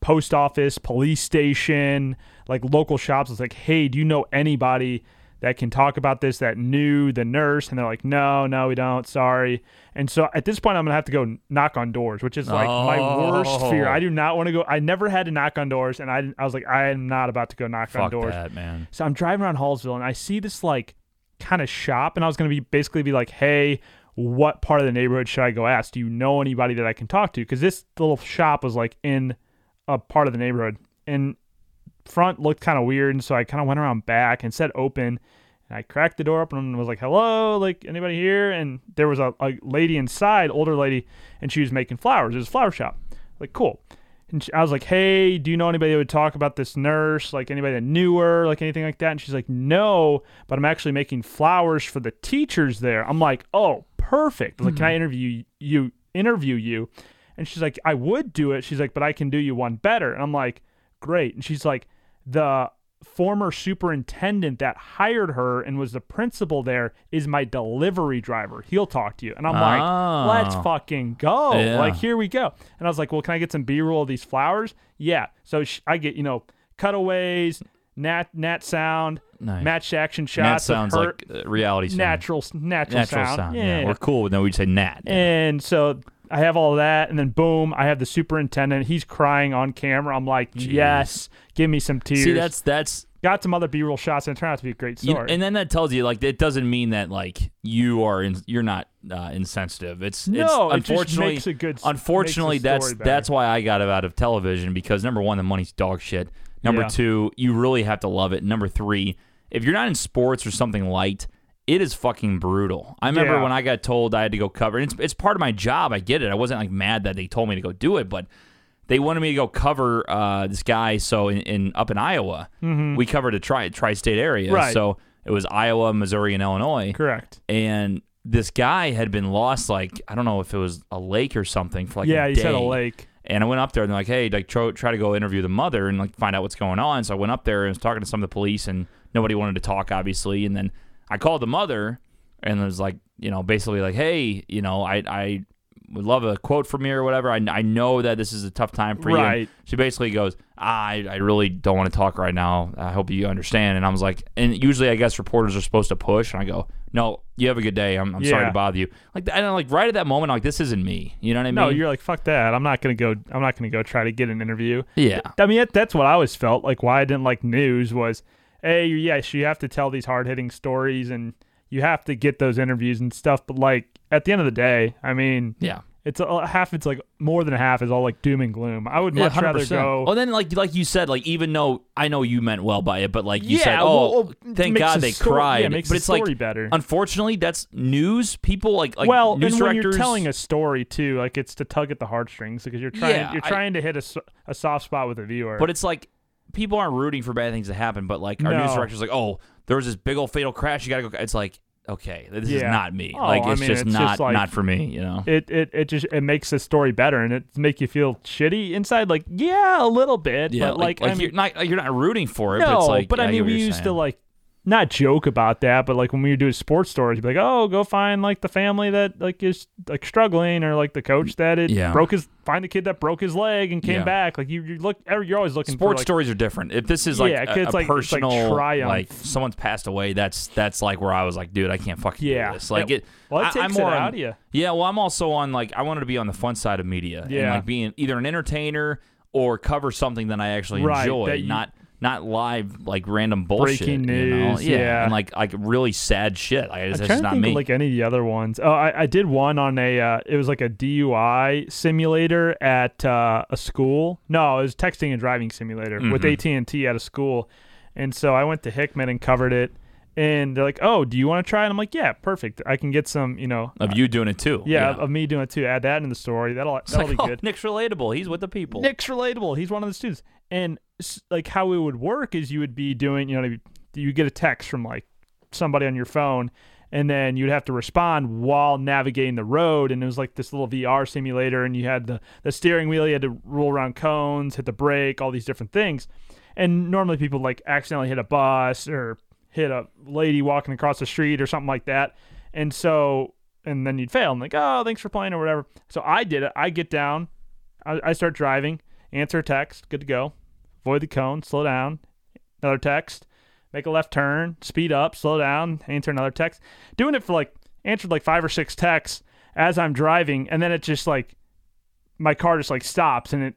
S2: post office, police station, like local shops. I was like, hey, do you know anybody that can talk about this that knew the nurse? And they're like, no, no, we don't. Sorry. And so at this point, I'm gonna have to go knock on doors, which is like my worst fear. I do not want to go. I never had to knock on doors, and I I was like, I am not about to go knock on
S1: Fuck
S2: doors.
S1: that, man.
S2: So I'm driving around Hallsville and I see this like kind of shop and I was going to be basically be like, "Hey, what part of the neighborhood should I go ask? Do you know anybody that I can talk to?" Cuz this little shop was like in a part of the neighborhood and front looked kind of weird and so I kind of went around back and said open and I cracked the door open and was like, "Hello, like anybody here?" And there was a, a lady inside, older lady, and she was making flowers. It was a flower shop. Like, cool. And she, I was like, "Hey, do you know anybody that would talk about this nurse? Like anybody that knew her, like anything like that?" And she's like, "No, but I'm actually making flowers for the teachers there." I'm like, "Oh, perfect! Like, can I interview you? Interview you?" And she's like, "I would do it." She's like, "But I can do you one better." And I'm like, "Great!" And she's like, "The former superintendent that hired her and was the principal there is my delivery driver. He'll talk to you." And I'm
S1: Oh.
S2: like, "Let's fucking go!"
S1: Yeah.
S2: Like here we go. And I was like, well, can I get some B-roll of these flowers? Yeah. So sh- I get, you know, cutaways, nat nat sound,
S1: Nice.
S2: matched action
S1: Nat
S2: shots. of
S1: sounds
S2: her-
S1: like uh, reality sound.
S2: natural, s- natural,
S1: Natural sound. Yeah. We're cool. No, we'd say Nat.
S2: And so I have all that, and then boom, I have the superintendent. He's crying on camera. I'm like, yes, give me some tears.
S1: See, that's that's.
S2: got some other B-roll shots, and it turned out to be a great
S1: You,
S2: story.
S1: and then that tells you like it doesn't mean that like you are in, you're not uh, insensitive. It's
S2: No,
S1: it's
S2: it just
S1: unforstory-
S2: makes a good-
S1: Unfortunately,
S2: makes the
S1: that's
S2: story better.
S1: that's why I got out of television because number one, the money's dog shit. Number
S2: Yeah.
S1: two, you really have to love it. Number three, if you're not in sports or something light, it is fucking brutal. I remember
S2: Yeah.
S1: when I got told I had to go cover. And it's it's part of my job. I get it. I wasn't like mad that they told me to go do it, but they wanted me to go cover uh, this guy. So in, in up in Iowa, we covered a tri tri-state area.
S2: Mm-hmm. Right.
S1: So it was Iowa, Missouri, and Illinois.
S2: Correct.
S1: And this guy had been lost, like I don't know if it was a lake or something for like
S2: yeah,
S1: a
S2: he said a
S1: day.
S2: lake.
S1: And I went up there and they're like, hey, like try, try to go interview the mother and like find out what's going on. So I went up there and was talking to some of the police and nobody wanted to talk, obviously. And then I called the mother and was like, you know, basically like, hey, you know, I I would love a quote from you or whatever. I, I know that this is a tough time for you.
S2: Right.
S1: And She basically goes, "Ah, I, I really don't want to talk right now. I hope you understand. And I was like, and usually I guess reporters are supposed to push. And I go, no, you have a good day. I'm, I'm sorry
S2: Yeah.
S1: to bother you. Like, and I'm like right at that moment, like, this isn't me. You know what I mean?
S2: No, you're like fuck that. I'm not gonna go. I'm not gonna go try to get an interview.
S1: Yeah.
S2: I mean that, that's what I always felt like. Why I didn't like news was, hey, yes, you have to tell these hard hitting stories and you have to get those interviews and stuff. But like at the end of the day, I mean,
S1: Yeah.
S2: it's a, half. It's like more than half is all like doom and gloom. I would
S1: Yeah,
S2: much rather
S1: 100%.
S2: go.
S1: Well, then, like like you said, like even though I know you meant well by it, but like you
S2: Yeah,
S1: said,
S2: well,
S1: oh,
S2: well, it
S1: thank
S2: makes
S1: God
S2: the
S1: they
S2: story- yeah,
S1: cried.
S2: it makes
S1: but
S2: the
S1: it's
S2: story
S1: like
S2: better.
S1: unfortunately, that's news. People like like
S2: well,
S1: news
S2: and when
S1: directors.
S2: you're telling a story too, like it's to tug at the heartstrings because you're trying
S1: Yeah,
S2: you're
S1: I-
S2: trying to hit a, s- a soft spot with a viewer.
S1: but it's like people aren't rooting for bad things to happen. But like our news
S2: No.
S1: directors, like oh, there was this big old fatal crash. You gotta go. It's like okay, this is
S2: Yeah.
S1: not me.
S2: Oh,
S1: like
S2: I
S1: it's
S2: mean,
S1: just
S2: it's
S1: not
S2: just like-
S1: not for me. You know.
S2: it, it it just it makes the story better and it make you feel shitty inside. Like yeah, a little bit.
S1: yeah,
S2: but like, I mean,
S1: you're not like, you're not rooting for it.
S2: no,
S1: but, it's like,
S2: I
S1: get
S2: mean
S1: what
S2: we
S1: you're
S2: used to
S1: saying.
S2: like not joke about that, but like when we were doing sports stories, you'd be like oh go find like the family that like is like struggling or like the coach that it
S1: Yeah.
S2: broke his find the kid that broke his leg and came
S1: Yeah.
S2: back. Like you you look you're always looking for,
S1: Sports
S2: like,
S1: stories are different. If this is like
S2: Yeah,
S1: a,
S2: 'cause it's
S1: a
S2: like- it's like
S1: personal, like,
S2: triumph.
S1: someone's passed away, that's that's like where I was like, dude, I can't fucking
S2: Yeah.
S1: do this. Like
S2: It-
S1: it,
S2: well, it
S1: I, I'm
S2: takes it
S1: more on-
S2: out of you.
S1: Yeah, well, I'm also on like I wanted to be on the fun side of media, and
S2: Yeah.
S1: like being either an entertainer or cover something that I actually
S2: Right,
S1: enjoy,
S2: that you-
S1: not not live like random bullshit,
S2: Breaking
S1: you know?
S2: news, yeah.
S1: and like like really sad shit. Like
S2: I'm
S1: that's
S2: trying
S1: just
S2: to
S1: not
S2: think
S1: me.
S2: of like any of the other ones. Oh, I, I did one on a. Uh, it was like a DUI simulator at uh, a school. No, it was texting and driving simulator with
S1: Mm-hmm.
S2: AT and T at a school, and so I went to Hickman and covered it. And they're like, "Oh, do you want to try?" it? I'm like, "Yeah, perfect. I can get some, you know,
S1: of you doing it too.
S2: yeah, Of, of me doing it too. Add that in the story. That'll
S1: It's
S2: that'll
S1: like,
S2: be
S1: oh,
S2: good."
S1: Nick's relatable. He's with the people.
S2: Nick's relatable. He's one of the students. And s- like how it would work is you would be doing, you know, you get a text from like somebody on your phone, and then you'd have to respond while navigating the road. And it was like this little VR simulator, and you had the the steering wheel, you had to roll around cones, hit the brake, all these different things. And normally people like accidentally hit a bus or hit a lady walking across the street or something like that. And so, and then you'd fail. I'm like, oh, thanks for playing or whatever. So I did it. I get down, I, I start driving, answer a text, good to go. Avoid the cone, slow down. Another text, make a left turn, speed up, slow down, answer another text. Doing it for like answered like five or six texts as I'm driving, and then it just like my car just like stops and it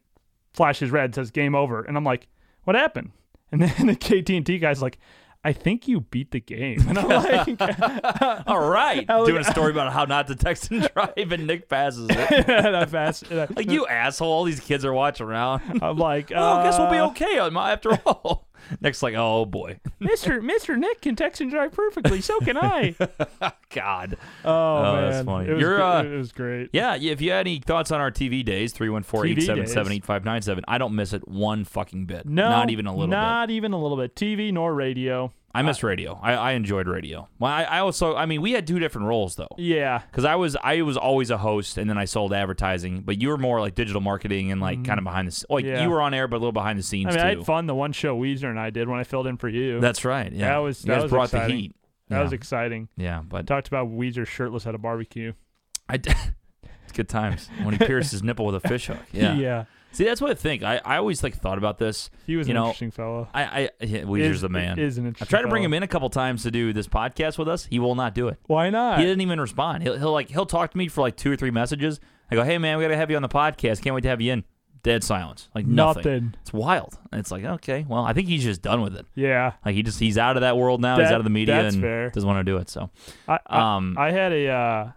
S2: flashes red, says game over, and I'm like, what happened? [LAUGHS] And then the KT&T guy's like, I think you beat the game, [LAUGHS] and I'm like,
S1: All right,
S2: was-
S1: doing a story about how not to text and [LAUGHS] drive, and Nick passes it.
S2: and I fast, and I,
S1: Like you asshole, all these kids are watching around.
S2: [LAUGHS]
S1: [LAUGHS]
S2: am like,
S1: oh, I guess we'll be
S2: uh,
S1: okay on my-
S2: [LAUGHS]
S1: after all. [LAUGHS] Next, like, oh boy, [LAUGHS]
S2: Mr. Mr. Nick can text and drive perfectly. So can [LAUGHS] I.
S1: God.
S2: Oh, man.
S1: that's funny.
S2: It was,
S1: You're,
S2: gr-
S1: uh,
S2: it was great.
S1: Yeah, yeah, if you had any thoughts on our TV days, 314-877-8597. I don't miss it one fucking bit.
S2: No,
S1: not even a little bit.
S2: Not even a little bit. TV nor radio.
S1: I miss radio. I, I enjoyed radio. Well, I, I also, I mean, we had two different roles though.
S2: Yeah,
S1: Because I was I was always a host, and then I sold advertising. But you were more like digital marketing and like kind of behind the s- like
S2: Mm-hmm. Yeah.
S1: you were on air, but a little behind the scenes
S2: I mean,
S1: too.
S2: I had fun the one show Weezer and I did when I filled in for you.
S1: That's right. Yeah,
S2: That was-
S1: you
S2: that
S1: guys
S2: was
S1: brought
S2: exciting.
S1: the heat.
S2: that
S1: yeah.
S2: was exciting.
S1: yeah, but
S2: Talked about Weezer shirtless at a barbecue.
S1: I d- [LAUGHS] it's good times when he pierced his nipple with a fish hook. Yeah.
S2: [LAUGHS]
S1: See, that's what I think. I, I always like thought about this.
S2: he was
S1: you
S2: an
S1: know,
S2: interesting fellow.
S1: I, I yeah, Weezer's
S2: Is-
S1: the man.
S2: is an
S1: I've tried to
S2: interesting
S1: bring him
S2: fellow.
S1: in a couple times to do this podcast with us. He will not do it.
S2: Why not?
S1: He didn't even respond. He'll, he'll like he'll talk to me for like two or three messages. I go, hey man, we gotta have you on the podcast. Can't wait to have you in. Dead silence. Like nothing.
S2: Nothing.
S1: It's wild. And it's like okay, well, I think he's just done with it.
S2: yeah,
S1: Like he just he's out of that world now. he's
S2: That-
S1: out of the media
S2: that's
S1: and
S2: fair.
S1: doesn't want to do it. So
S2: I, I,
S1: Um,
S2: I had a, uh,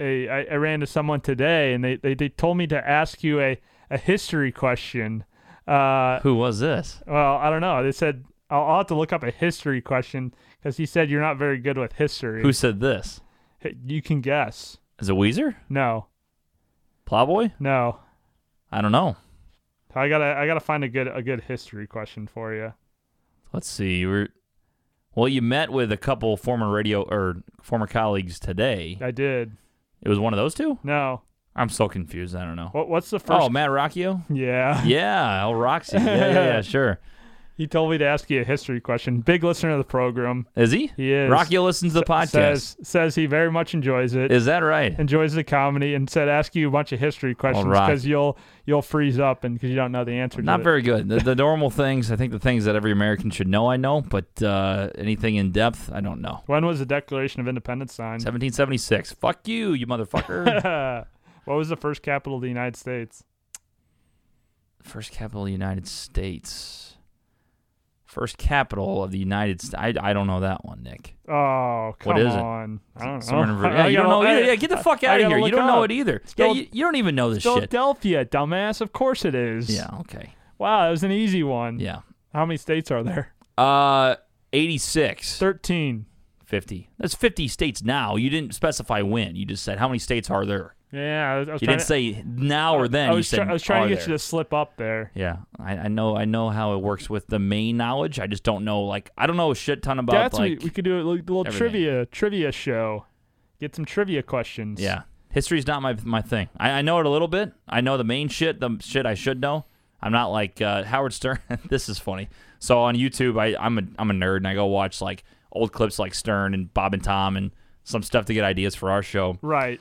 S2: a I, I ran to someone today and they, they, they told me to ask you a, a history question. Uh,
S1: who was this?
S2: Well, I don't know. They said I'll, I'll have to look up a history question because he said you're not very good with history.
S1: Who said this?
S2: H- you can guess?
S1: Is it Weezer?
S2: No,
S1: Plowboy?
S2: no.
S1: I don't know.
S2: I gotta I gotta find a good a good history question for you.
S1: Let's see. You were well. You met with a couple former radio or former colleagues today.
S2: I did.
S1: It was one of those two.
S2: No.
S1: I'm so confused. I don't know.
S2: [LAUGHS] What what's the first?
S1: Oh, Matt Rocchio.
S2: yeah. [LAUGHS]
S1: Yeah, oh Roxy. Yeah, yeah, yeah, sure.
S2: He told me to ask you a history question. Big listener of the program.
S1: Is he?
S2: He is.
S1: Rocky listens to the podcast.
S2: Says says he very much enjoys it.
S1: is that right?
S2: enjoys the comedy and said ask you a bunch of history questions
S1: right.
S2: because you'll you'll freeze up and because you don't know the answer. to
S1: Not
S2: it.
S1: very good. The, the normal things, I think the things that every American should know, I know, but uh, anything in depth, I don't know.
S2: When was the Declaration of Independence signed?
S1: 1776. Fuck you, you motherfucker.
S2: [LAUGHS] What was the first capital of the United States?
S1: First capital of the United States. First capital of the United States. I, I don't know that one, Nick.
S2: Oh, come
S1: What is it?
S2: on! I don't know.
S1: Somewhere in Vir-
S2: [LAUGHS] I
S1: yeah, you don't
S2: gotta-
S1: know either.
S2: I-
S1: Yeah, get the fuck
S2: I
S1: out of
S2: gotta
S1: here. You
S2: look
S1: don't know
S2: up.
S1: it either.
S2: It's
S1: Yeah,
S2: Phil-
S1: you, you don't even know this shit.
S2: Philadelphia, dumbass. Of course it is.
S1: Yeah, okay.
S2: Wow, that was an easy one.
S1: Yeah.
S2: How many states are there?
S1: Uh, 86.
S2: Thirteen.
S1: 50. That's 50 states now. You didn't specify when. You just said how many states are there.
S2: Yeah, I was, I was
S1: You
S2: trying
S1: didn't
S2: to,
S1: say now or then.
S2: I
S1: You
S2: was,
S1: said
S2: try- I was trying
S1: are
S2: to get
S1: there.
S2: you to slip up there.
S1: Yeah, I, I know. I know how it works with the main knowledge. I just don't know. Like, I don't know a shit ton about
S2: That's
S1: like.
S2: we, we could do a little, little
S1: everything.
S2: trivia trivia show. Get some trivia questions.
S1: yeah, history's not my my thing. I, I know it a little bit. I know the main shit, the shit I should know. I'm not like uh, Howard Stern. [LAUGHS] this is funny. So on YouTube, I I'm a I'm a nerd and I go watch like old clips like Stern and Bob and Tom and some stuff to get ideas for our show.
S2: Right.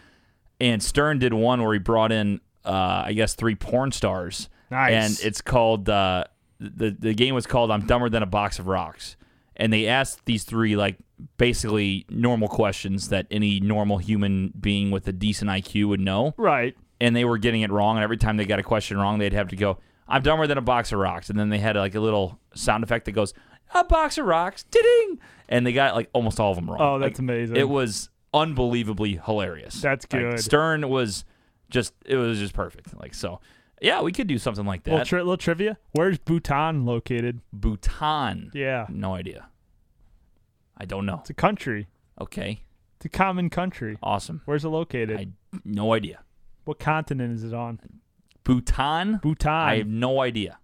S1: and Stern did one where he brought in, uh, I guess, three porn stars.
S2: Nice.
S1: And it's called uh, the the game was called "I'm Dumber Than a Box of Rocks," and they asked these three like basically normal questions that any normal human being with a decent IQ would know,
S2: Right.
S1: and they were getting it wrong. And every time they got a question wrong, they'd have to go, "I'm dumber than a box of rocks," and then they had like a little sound effect that goes, "A box of rocks, ding," and they got like almost all of them wrong.
S2: Oh, that's
S1: Like,
S2: amazing.
S1: It was unbelievably hilarious.
S2: That's
S1: Like,
S2: good.
S1: Stern was just it was just perfect. Like so, yeah, we could do something like that.
S2: little, tri- little trivia. Where's Bhutan located?
S1: Bhutan.
S2: Yeah.
S1: No idea. I don't know.
S2: It's a country.
S1: Okay.
S2: It's a common country.
S1: Awesome.
S2: Where's it located?
S1: I no idea.
S2: what continent is it on?
S1: Bhutan.
S2: Bhutan.
S1: I have no idea.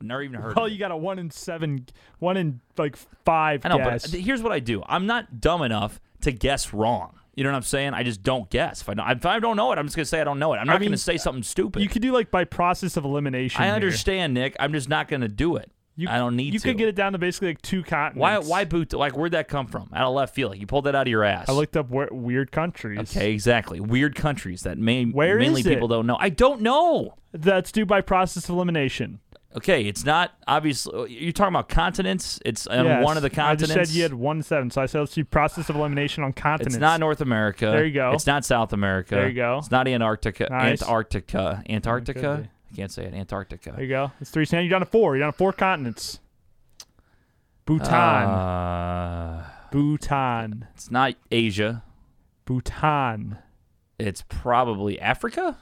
S1: Never even heard.
S2: well,
S1: of it.
S2: you got a one in seven, one in like five
S1: I know,
S2: guess.
S1: but here's what I do. I'm not dumb enough to guess wrong. You know what I'm saying? I just don't guess. If I don't, if I don't know it, I'm just gonna say I don't know it. I'm not
S2: mean,
S1: gonna say something stupid.
S2: you could do like by process of elimination.
S1: I
S2: here.
S1: understand, Nick. I'm just not gonna do it.
S2: You,
S1: I don't need
S2: You
S1: to.
S2: could get it down to basically like two continents.
S1: Why? Why boot? Like, where'd that come from? Out of left field. Like, you pulled that out of your ass.
S2: I looked up where, weird countries.
S1: okay, exactly. Weird countries that may
S2: Where
S1: mainly
S2: is it?
S1: people don't know. I don't know.
S2: That's due by process of elimination.
S1: Okay, it's not obviously. You're talking about continents. It's on
S2: Yes.
S1: one of the continents.
S2: I just said you had one seven, so I said let's do process of elimination on continents.
S1: it's not North America.
S2: There you go.
S1: It's not South America.
S2: There you go.
S1: It's not Antarctica.
S2: Nice.
S1: Antarctica.
S2: could
S1: Antarctica.
S2: be.
S1: I can't say it. Antarctica.
S2: There you go. It's three standard. You're down to four. You're down to four continents. Bhutan.
S1: Uh,
S2: Bhutan.
S1: it's not Asia.
S2: Bhutan.
S1: It's probably Africa,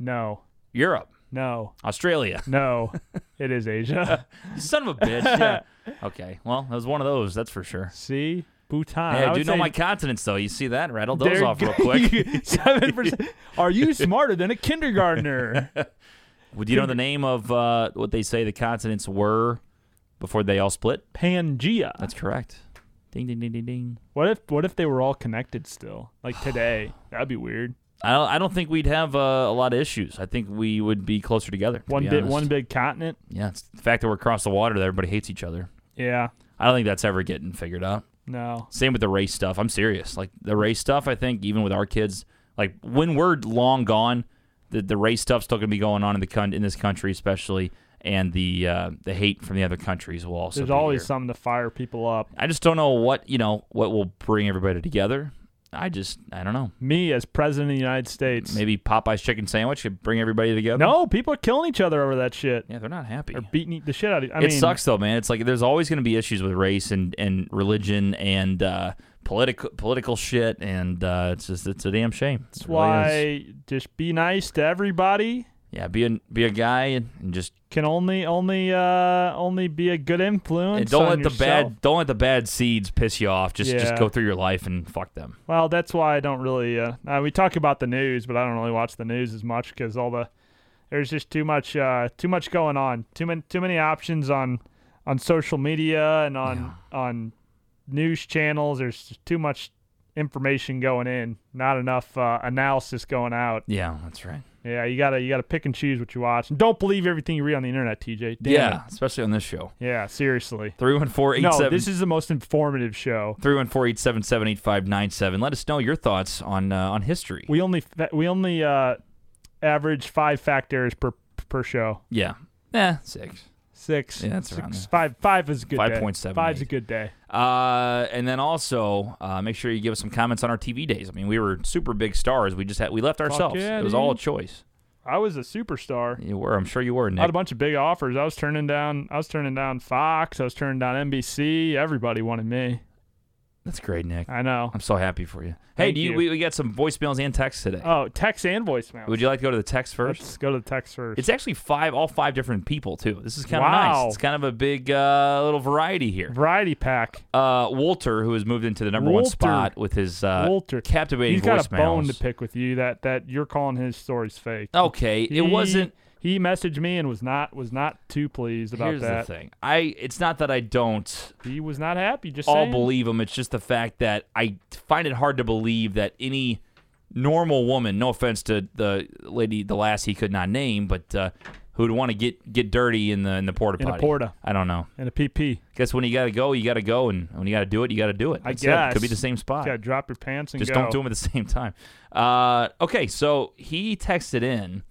S2: No.
S1: Europe,
S2: No.
S1: Australia. [LAUGHS]
S2: No. it is Asia.
S1: Son of a bitch. Yeah. Okay. Well, that was one of those. That's for sure.
S2: [LAUGHS] See? Bhutan.
S1: Hey, I,
S2: would
S1: do know
S2: say
S1: my continents, though. You see that? Rattle
S2: there
S1: those
S2: you
S1: off real
S2: go. [LAUGHS]
S1: quick. [LAUGHS]
S2: You- 7%. Are you smarter than a kindergartner?
S1: Would you know the name of uh, what they say the continents were before they all split?
S2: Pangea.
S1: That's correct. Ding, ding, ding, ding, ding.
S2: What if what if they were all connected still?
S1: [SIGHS]
S2: Like today. That'd be weird.
S1: I don't, I don't think we'd have uh, a lot of issues. I think we would be closer together. to
S2: One
S1: be
S2: bit
S1: honest.
S2: one big continent.
S1: Yeah, it's the fact that we're across the water that everybody hates each other.
S2: Yeah.
S1: I don't think that's ever getting figured out.
S2: No.
S1: Same with the race stuff. I'm serious. Like the race stuff, I think even with our kids, like when we're long gone, the the race stuff's still gonna be going on in the con- in this country, especially, and the uh, the hate from the other countries will also.
S2: There's
S1: be
S2: always
S1: here.
S2: something to fire people up.
S1: I just don't know what you know what will bring everybody together. I just I don't know.
S2: Me as president of the United States.
S1: Maybe Popeye's chicken sandwich could bring everybody together.
S2: No, people are killing each other over that shit.
S1: yeah, they're not happy.
S2: They're beating the shit out of I
S1: it
S2: mean,
S1: sucks though, man. It's like there's always going to be issues with race and and religion and uh, political political shit, and uh, it's just it's a damn shame. That's
S2: That's why just be nice to everybody.
S1: Yeah, be a be a guy and, and just
S2: Can only only uh only be a good influence.
S1: and don't
S2: on
S1: let the
S2: yourself.
S1: bad don't let the bad seeds piss you off. Just just
S2: Yeah.
S1: go through your life and fuck them.
S2: Well, that's why I don't really. Uh, uh, we talk about the news, but I don't really watch the news as much because all the there's just too much uh too much going on. Too many too many options on on social media and on on news channels. There's just too much information going in, not enough uh, analysis going out.
S1: Yeah, that's right.
S2: Yeah, you gotta you gotta pick and choose what you watch. And don't believe everything you read on the internet, TJ. Damn
S1: yeah,
S2: it.
S1: especially on this show.
S2: Yeah, seriously.
S1: 314
S2: No, this is the most informative show.
S1: 314 877 8597. Let us know your thoughts on uh, on history.
S2: We only fa- we only uh, average five fact errors per per show.
S1: yeah. Yeah, six.
S2: Six.
S1: Yeah, that's around
S2: six,
S1: there.
S2: five. Five is a good. day.
S1: 5.78.
S2: Five's a good day.
S1: Uh, and then also uh, make sure you give us some comments on our TV days. I mean, we were super big stars. We just had we left ourselves.
S2: yeah,
S1: it was all a
S2: dude.
S1: choice.
S2: I was a superstar.
S1: You were, I'm sure you were,
S2: I had
S1: Nick.
S2: a bunch of big offers. I was turning down. I was turning down Fox. I was turning down NBC. Everybody wanted me.
S1: That's great, Nick.
S2: I know.
S1: I'm so happy for you. Hey,
S2: Thank
S1: do you,
S2: you.
S1: We, we got some voicemails and texts today.
S2: Oh, text and voicemail.
S1: Would you like to go to the text first?
S2: Let's go to the text first.
S1: It's actually five, all five different people too. This is kind of
S2: Wow.
S1: nice. It's kind of a big uh, little variety here.
S2: Variety pack.
S1: Uh, Walter, who has moved into the number one
S2: Walter.
S1: spot with his uh,
S2: Walter.
S1: captivating
S2: He's got a
S1: voicemails.
S2: bone to pick with you that that you're calling his stories fake.
S1: Okay,
S2: He-
S1: it wasn't.
S2: He messaged me and was not was not too pleased about
S1: Here's
S2: that.
S1: the thing. I. It's not that I don't
S2: He was not happy. Just
S1: all
S2: saying.
S1: believe him. It's just the fact that I find it hard to believe that any normal woman, no offense to the lady, the last he could not name, but uh, who'd want to get get dirty in the in the porta
S2: In a
S1: potty.
S2: porta.
S1: I don't know.
S2: and a PP.
S1: Guess when you got to go, you got to go, and when you got to do it, you got to do it.
S2: I
S1: That's it. It
S2: guess
S1: could be the same spot.
S2: Yeah, drop your pants and
S1: Just
S2: go.
S1: don't do them at the [LAUGHS] same time. Uh, okay, so he texted in.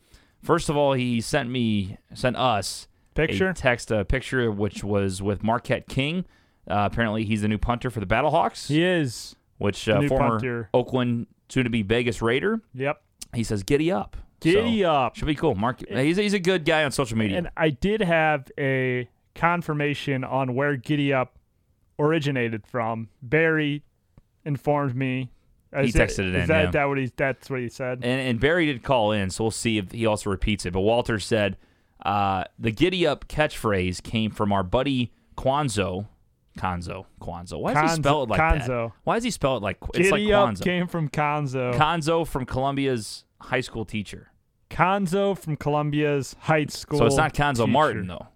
S1: First of all, he sent me sent us
S2: Picture?
S1: a text a picture which was with Marquette King. Uh, apparently, he's the new punter for the Battlehawks,
S2: He is.
S1: which uh,
S2: new
S1: former
S2: punter.
S1: Oakland, soon to be Vegas Raider.
S2: Yep.
S1: He says, "Giddy up,
S2: Giddy
S1: So,
S2: up.
S1: Should be cool. Mark, he's, he's a good guy on social media.
S2: And I did have a confirmation on where Giddy Up originated from. Barry informed me. He
S1: texted it in,
S2: Is that,
S1: yeah.
S2: that what he, that's what he said?
S1: and, and Barry did call in, so we'll see if he also repeats it. But Walter said uh, the giddy up catchphrase came from our buddy Quanzo. Conzo, Quanzo. Why does he
S2: Conzo-
S1: spell it like that?
S2: Conzo.
S1: Why does he spell it like it's
S2: Giddy
S1: like
S2: Up
S1: Quanzo?
S2: came from Conzo.
S1: Conzo from Columbia's high school teacher.
S2: Conzo from Columbia's Heights School.
S1: So it's not Conzo
S2: teacher.
S1: Martin though.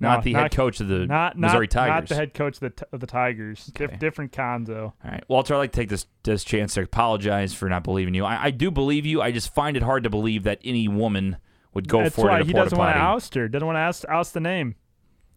S2: No,
S1: not the
S2: not-
S1: head coach of the
S2: Not, not,
S1: Missouri Tigers.
S2: not the head coach of the, t- of the Tigers. Dif-
S1: Okay.
S2: different Conzo.
S1: All right, Walter. I'd like to take this this chance to apologize for not believing you. I, I do believe you. I just find it hard to believe that any woman would go
S2: That's
S1: for it.
S2: why
S1: at a
S2: he
S1: porta
S2: doesn't want to
S1: potty.
S2: oust her. Doesn't want to oust, oust the name.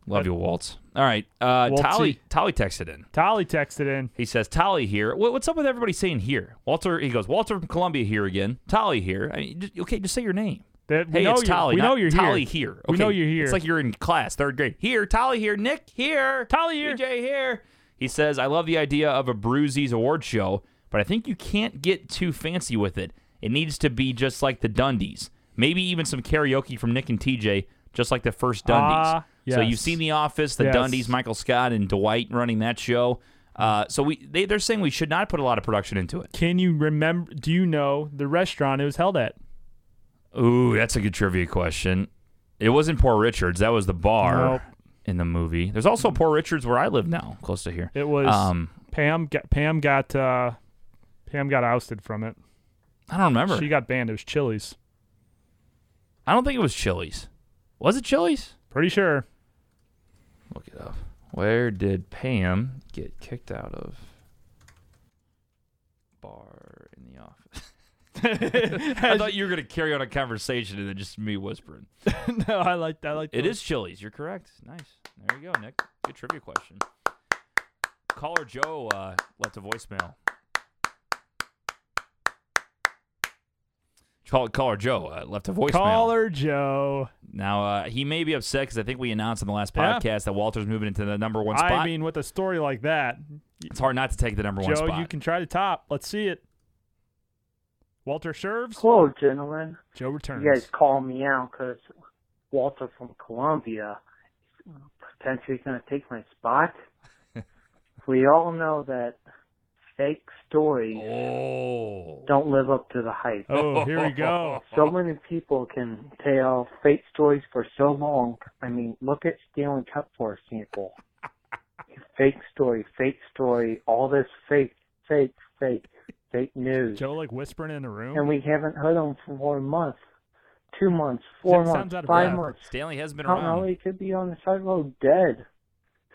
S1: Love you, Waltz. All right. Uh,
S2: Waltzy.
S1: Tolly, Tolly texted in.
S2: Tolly texted in.
S1: He says, Tolly here. What, what's up with everybody saying here? Walter, he goes, Walter from Columbia here again. Tolly here. I mean, just, okay, just say your name.
S2: That we
S1: hey,
S2: know
S1: it's
S2: you're-
S1: Tolly.
S2: We
S1: not
S2: know you're
S1: Tolly
S2: here.
S1: here.
S2: We know
S1: Okay,
S2: you're here.
S1: It's like you're in class, third grade. Here, Tolly here. Nick here.
S2: Tolly here.
S1: DJ here. He says, I love the idea of a Bruisies award show, but I think you can't get too fancy with it. It needs to be just like the Dundies. Maybe even some karaoke from Nick and TJ, just like the first Dundies.
S2: Ah,
S1: So
S2: yes.
S1: you've seen The Office, The
S2: Yes.
S1: Dundies, Michael Scott, and Dwight running that show. Uh, so we they, they're saying we should not put a lot of production into it.
S2: Can you remember? Do you know the restaurant it was held at?
S1: Ooh, that's a good trivia question. It wasn't Poor Richards. That was the bar
S2: Nope.
S1: in the movie. There's also Poor Richards where I live now, close to here.
S2: It was
S1: Um,
S2: Pam. Got, Pam got uh, Pam got ousted from it.
S1: I don't remember.
S2: She got banned. It was Chili's.
S1: I don't think it was Chili's. Was it Chili's?
S2: Pretty sure.
S1: Look it up. Where did Pam get kicked out of bar in the
S2: [LAUGHS]
S1: office? [LAUGHS] I thought you were going to carry on a conversation and then just me whispering.
S2: no, I like. I like.
S1: It is Chili's. You're correct. Nice. There you go, Nick. Good trivia question. Caller Joe uh, left a voicemail. Call- Caller Joe uh, left a voicemail.
S2: Caller Joe.
S1: Now uh, he may be upset because I think we announced on the last
S2: Yeah.
S1: podcast that Walter's moving into the number one spot.
S2: I mean, with a story like that,
S1: it's hard not to take the number one
S2: Joe,
S1: spot.
S2: you can try to top. Let's see it. Walter serves.
S7: Hello, gentlemen.
S2: Joe returns.
S7: You guys call me out because Walter from Columbia is potentially going to take my spot. we all know that fake stories
S1: Oh,
S7: don't live up to the hype.
S2: Oh, here we
S7: [LAUGHS]
S2: go.
S7: So many people can tell fake stories for so long. I mean, look at Stanley Cup, for example. fake story, fake story, all this fake, fake, fake, fake news.
S2: Joe like whispering in the room.
S7: and we haven't heard them for a month, two months, four
S2: Sounds
S7: months,
S2: out of
S7: five
S2: breath.
S7: months.
S1: Stanley has been
S7: I don't know.
S1: around.
S7: He could be on the side road dead.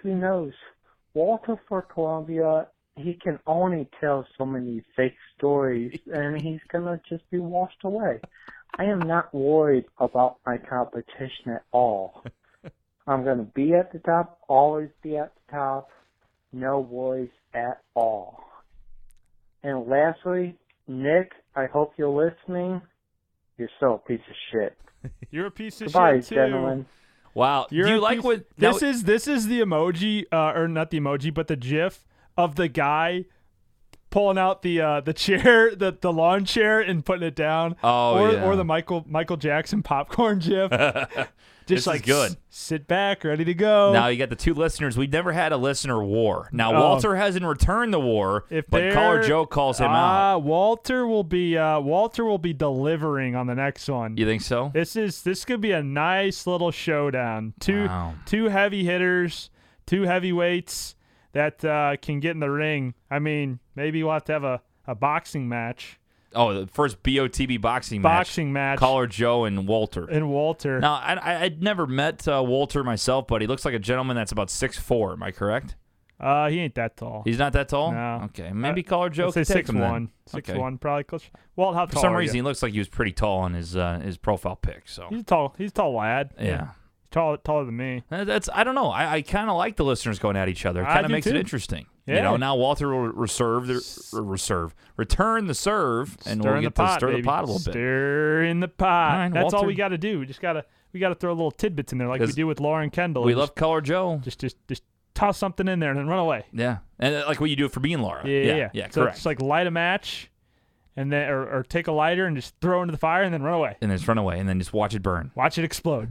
S7: Who knows? Walter for Columbia, he can
S1: [LAUGHS]
S7: only tell so many fake stories, and he's gonna just be washed away. I am not worried about my competition at
S1: [LAUGHS]
S7: all. I'm going to be at the top, always be at the top, no worries at all. And lastly, Nick, I hope you're listening. You're so a piece of shit.
S2: You're a piece of
S7: Goodbye,
S2: shit too.
S7: gentlemen.
S1: Wow.
S2: You're
S1: Do you
S2: a
S1: like
S2: piece-
S1: what now-
S2: this is? This is the emoji, uh, or not the emoji, but the GIF of the guy pulling out the uh, the chair, [LAUGHS] the the lawn chair, and putting it down.
S1: Oh,
S2: or,
S1: yeah.
S2: or the Michael Michael Jackson popcorn
S1: [LAUGHS]
S2: GIF. Just
S1: is
S2: like
S1: good.
S2: s- sit back, ready to go.
S1: Now you got the two listeners. We've never had a listener war. Now
S2: Oh.
S1: Walter hasn't returned the war,
S2: if
S1: but caller
S2: they're-
S1: Joe calls him out.
S2: Ah, Walter will be uh, Walter will be delivering on the next one.
S1: You think so?
S2: This is this could be a nice little showdown. Two
S1: Wow.
S2: two heavy hitters, two heavyweights that uh, can get in the ring. I mean, maybe we'll have to have a, a boxing match,
S1: Oh, the first BOTB boxing match.
S2: boxing match,
S1: Caller Joe and Walter.
S2: and Walter.
S1: Now, I, I, I'd never met uh, Walter myself, but he looks like a gentleman that's about 6'4". Am I correct?
S2: Uh, he ain't that tall.
S1: He's not that tall?
S2: No. Uh,
S1: Okay. Maybe caller Joe
S2: Let's say
S1: could take
S2: six
S1: him then.
S2: one, six
S1: Okay.
S2: one, probably close. Walt, how
S1: For
S2: tall
S1: some
S2: are
S1: reason,
S2: you?
S1: he looks like he was pretty tall on his uh, his profile pic. So
S2: he's a tall. He's a tall lad.
S1: yeah,
S2: tall, taller than me.
S1: Uh, that's I don't know. I, I kind of like the listeners going at each other. It
S2: I
S1: kind of
S2: do
S1: makes
S2: too.
S1: it interesting. You
S2: Yeah.
S1: know, now Walter will reserve the r- reserve, return the serve, and
S2: stir
S1: we'll
S2: in
S1: get
S2: the pot,
S1: to stir
S2: baby.
S1: the pot a little bit.
S2: Stir in the pot.
S1: All right,
S2: That's all
S1: Walter.
S2: we got to do. We just gotta we gotta throw little tidbits in there like we
S1: 'Cause
S2: do with Lauren Kendall.
S1: We
S2: Just-
S1: love Color Joe.
S2: just just just toss something in there and then run away.
S1: Yeah, and uh, like what you do for being Laura.
S2: Yeah, yeah,
S1: yeah,
S2: yeah. so
S1: correct.
S2: Just like light a match, and then or, or take a lighter and just throw it into the fire and then run away.
S1: and then just run away, and then just watch it burn.
S2: Watch
S1: [LAUGHS]
S2: it explode.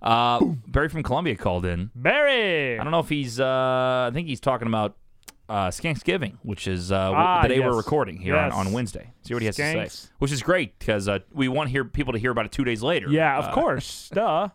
S1: Uh, Barry from Columbia called in.
S2: Barry.
S1: I don't know if he's. Uh, I think he's talking about uh, Skanksgiving, which is uh, w-
S2: Ah,
S1: the day we're
S2: yes.
S1: recording here
S2: Yes.
S1: on, on Wednesday. See what he has to
S2: Skanks.
S1: say, which is great because uh, we want hear people to hear about it two days later.
S2: Yeah, of
S1: Uh, [LAUGHS]
S2: course. Duh.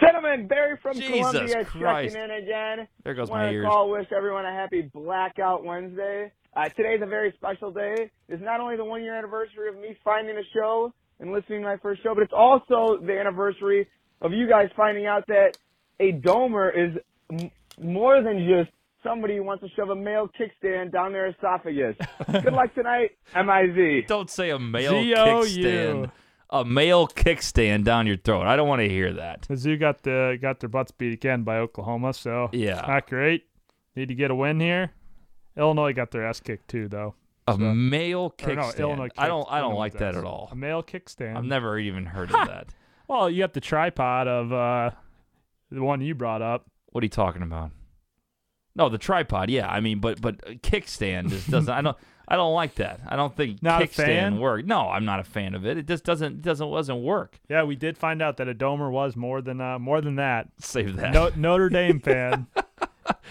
S8: Gentlemen, Barry from
S1: Jesus
S8: Columbia
S1: Christ.
S8: checking in again.
S1: There goes
S8: Want
S1: my
S8: to
S1: ears.
S8: call wish everyone a happy Blackout Wednesday. Uh, today's a very special day. It's not only the one year anniversary of me finding a show and listening to my first show, but it's also the anniversary of you guys finding out that a domer is m- more than just somebody who wants to shove a male kickstand down their
S1: [LAUGHS]
S8: esophagus. Good luck tonight, MIZ.
S1: Don't say a male
S2: Z-O-U.
S1: kickstand. A male kickstand down your throat. I don't want to hear that.
S2: The zoo got the got their butts beat again by Oklahoma, so
S1: Yeah.
S2: not great. Need to get a win here. Illinois got their ass kicked too, though.
S1: A male
S2: Or no,
S1: kickstand.
S2: Illinois.
S1: I
S2: kicked.
S1: don't. I don't
S2: Illinois
S1: like that
S2: does.
S1: at all.
S2: A male kickstand.
S1: I've never even heard of that.
S2: well, you got the tripod of uh, the one you brought up.
S1: What are you talking about? No, the tripod. Yeah, I mean, but but a kickstand just doesn't.
S2: [LAUGHS]
S1: I don't. I don't like that. I don't think
S2: Not a
S1: kickstand
S2: fan?
S1: work. No, I'm not a fan of it. It just doesn't doesn't wasn't work. [LAUGHS]
S2: Yeah, we did find out that a domer was more than uh, more
S1: [LAUGHS]
S2: than that.
S1: Save that.
S2: No, Notre Dame fan,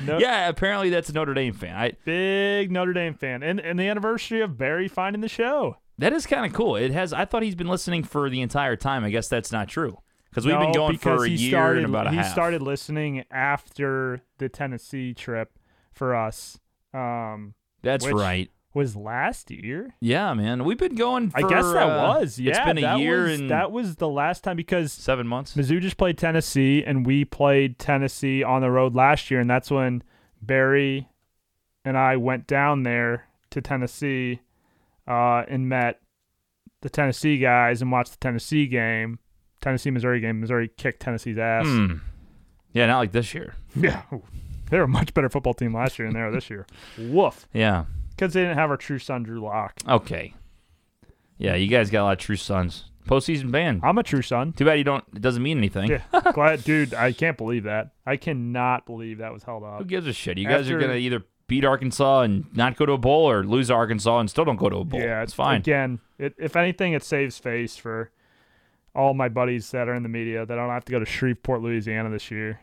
S1: yeah, apparently that's a Notre Dame fan. I
S2: big Notre Dame fan, and and the anniversary of Barry finding the show.
S1: that is kind of cool. It has. I thought he's been listening for the entire time. I guess that's not true because we've been
S2: No,
S1: going
S2: because
S1: for a
S2: he
S1: year
S2: started,
S1: and about a
S2: he
S1: half.
S2: started listening after the Tennessee trip for us. Um,
S1: that's
S2: which-
S1: right.
S2: was last year.
S1: Yeah, man, we've been going. For,
S2: I guess that
S1: uh,
S2: was. Yeah,
S1: it's been a
S2: that
S1: year
S2: was,
S1: and
S2: that was the last time because
S1: seven months.
S2: Mizzou just played Tennessee, and we played Tennessee on the road last year, and that's when Barry and I went down there to Tennessee uh, and met the Tennessee guys and watched the Tennessee game, Tennessee Missouri game. Missouri kicked Tennessee's ass.
S1: Hmm. Yeah, not like this year.
S2: [LAUGHS] Yeah, they were a much better football team last year than they
S1: [LAUGHS]
S2: are this year. Woof,
S1: Yeah.
S2: because they didn't have our true son Drew Lock.
S1: Okay. Yeah, you guys got a lot of true sons. Postseason ban.
S2: I'm a
S1: [LAUGHS]
S2: true son.
S1: Too bad you don't. It doesn't mean anything.
S2: Yeah, glad, dude. I can't believe that. I cannot believe that was held up.
S1: Who gives a shit? You guys are
S2: After-
S1: gonna either beat Arkansas and not go to a bowl, or lose to Arkansas and still don't go to a bowl.
S2: Yeah,
S1: it's fine.
S2: Again, it, if anything, it saves face for all my buddies that are in the media that don't have to go to Shreveport, Louisiana this year.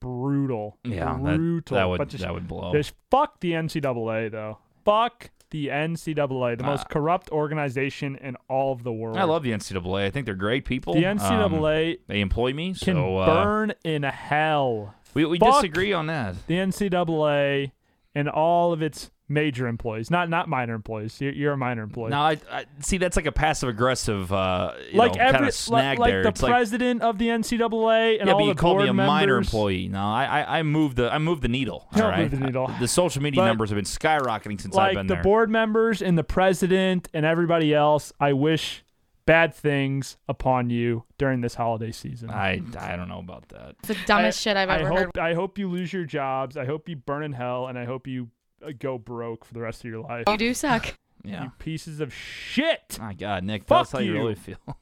S2: Brutal.
S1: yeah, that,
S2: brutal.
S1: that would
S2: but just,
S1: that would blow.
S2: Just fuck the NCAA though. Fuck the NCAA, the most corrupt organization in all of the world.
S1: Ah. I love the NCAA. I think they're great people.
S2: the
S1: Um,
S2: NCAA.
S1: they employ me, so
S2: can
S1: uh,
S2: burn in hell.
S1: we we
S2: fuck
S1: disagree on that.
S2: The NCAA and all of its major employees, not not minor employees. You're, you're a minor employee.
S1: Now, I, I see that's like a passive aggressive, uh, you
S2: like
S1: know,
S2: every
S1: kind
S2: like-
S1: of snag
S2: like,
S1: there.
S2: the
S1: it's like,
S2: president of the NCAA and
S1: yeah,
S2: all
S1: but you
S2: the
S1: called
S2: board
S1: me a minor
S2: members.
S1: employee. No, I, I, I moved the, I moved the needle.
S2: [LAUGHS] You
S1: all
S2: don't move
S1: right,
S2: the needle.
S1: The social media
S2: But-
S1: numbers have been skyrocketing since I've
S2: Like
S1: been
S2: the
S1: there.
S2: board members and the president and everybody else, I wish bad things upon you during this holiday season.
S1: I, I don't know about that.
S9: It's the dumbest shit I've
S2: I
S9: ever
S2: hope
S9: heard.
S2: I hope you lose your jobs. I hope you burn in hell, and I hope you uh, go broke for the rest of your life.
S9: You do suck.
S1: Yeah.
S2: Pieces of shit.
S1: My God, Nick,
S2: Fuck
S1: that's how you,
S2: you.
S1: really feel. [LAUGHS]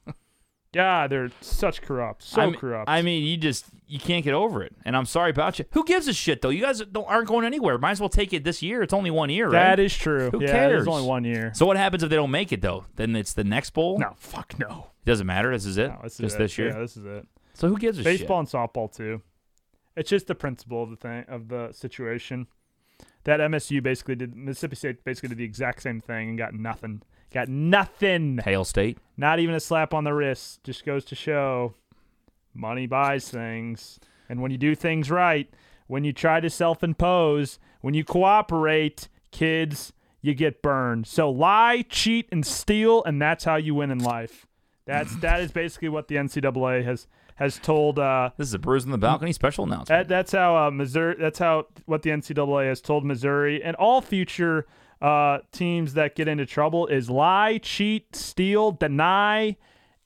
S2: Yeah, they're such corrupt, so
S1: I mean,
S2: corrupt.
S1: I mean, you just you can't get over it, and I'm sorry about you. Who gives a shit though? You guys don't, aren't going anywhere. Might as well take it this year. It's only one year, right?
S2: that is true.
S1: Who
S2: yeah,
S1: cares?
S2: There's only one year.
S1: So what happens if they don't make it though? Then it's the next bowl.
S2: No, fuck no.
S1: it doesn't matter. This is it.
S2: No, this is
S1: Uh, Just
S2: it.
S1: this year.
S2: Yeah, this is it.
S1: so who gives a
S2: Baseball and softball too. It's just the principle of the thing of the situation. That MSU basically did Mississippi State basically did the exact same thing and got nothing. Got nothing.
S1: shit? Hail State.
S2: Not even a slap on the wrist. Just goes to show money buys things. And when you do things right, when you try to self impose, when you cooperate, kids, you get burned. So lie, cheat, and steal, and that's how you win in life. That's that is basically what the NCAA has has told uh,
S1: This is a Bruise on the Balcony special announcement.
S2: that, that's how uh, Missouri. That's how what the NCAA has told Missouri and all future uh, teams that get into trouble is lie, cheat, steal, deny,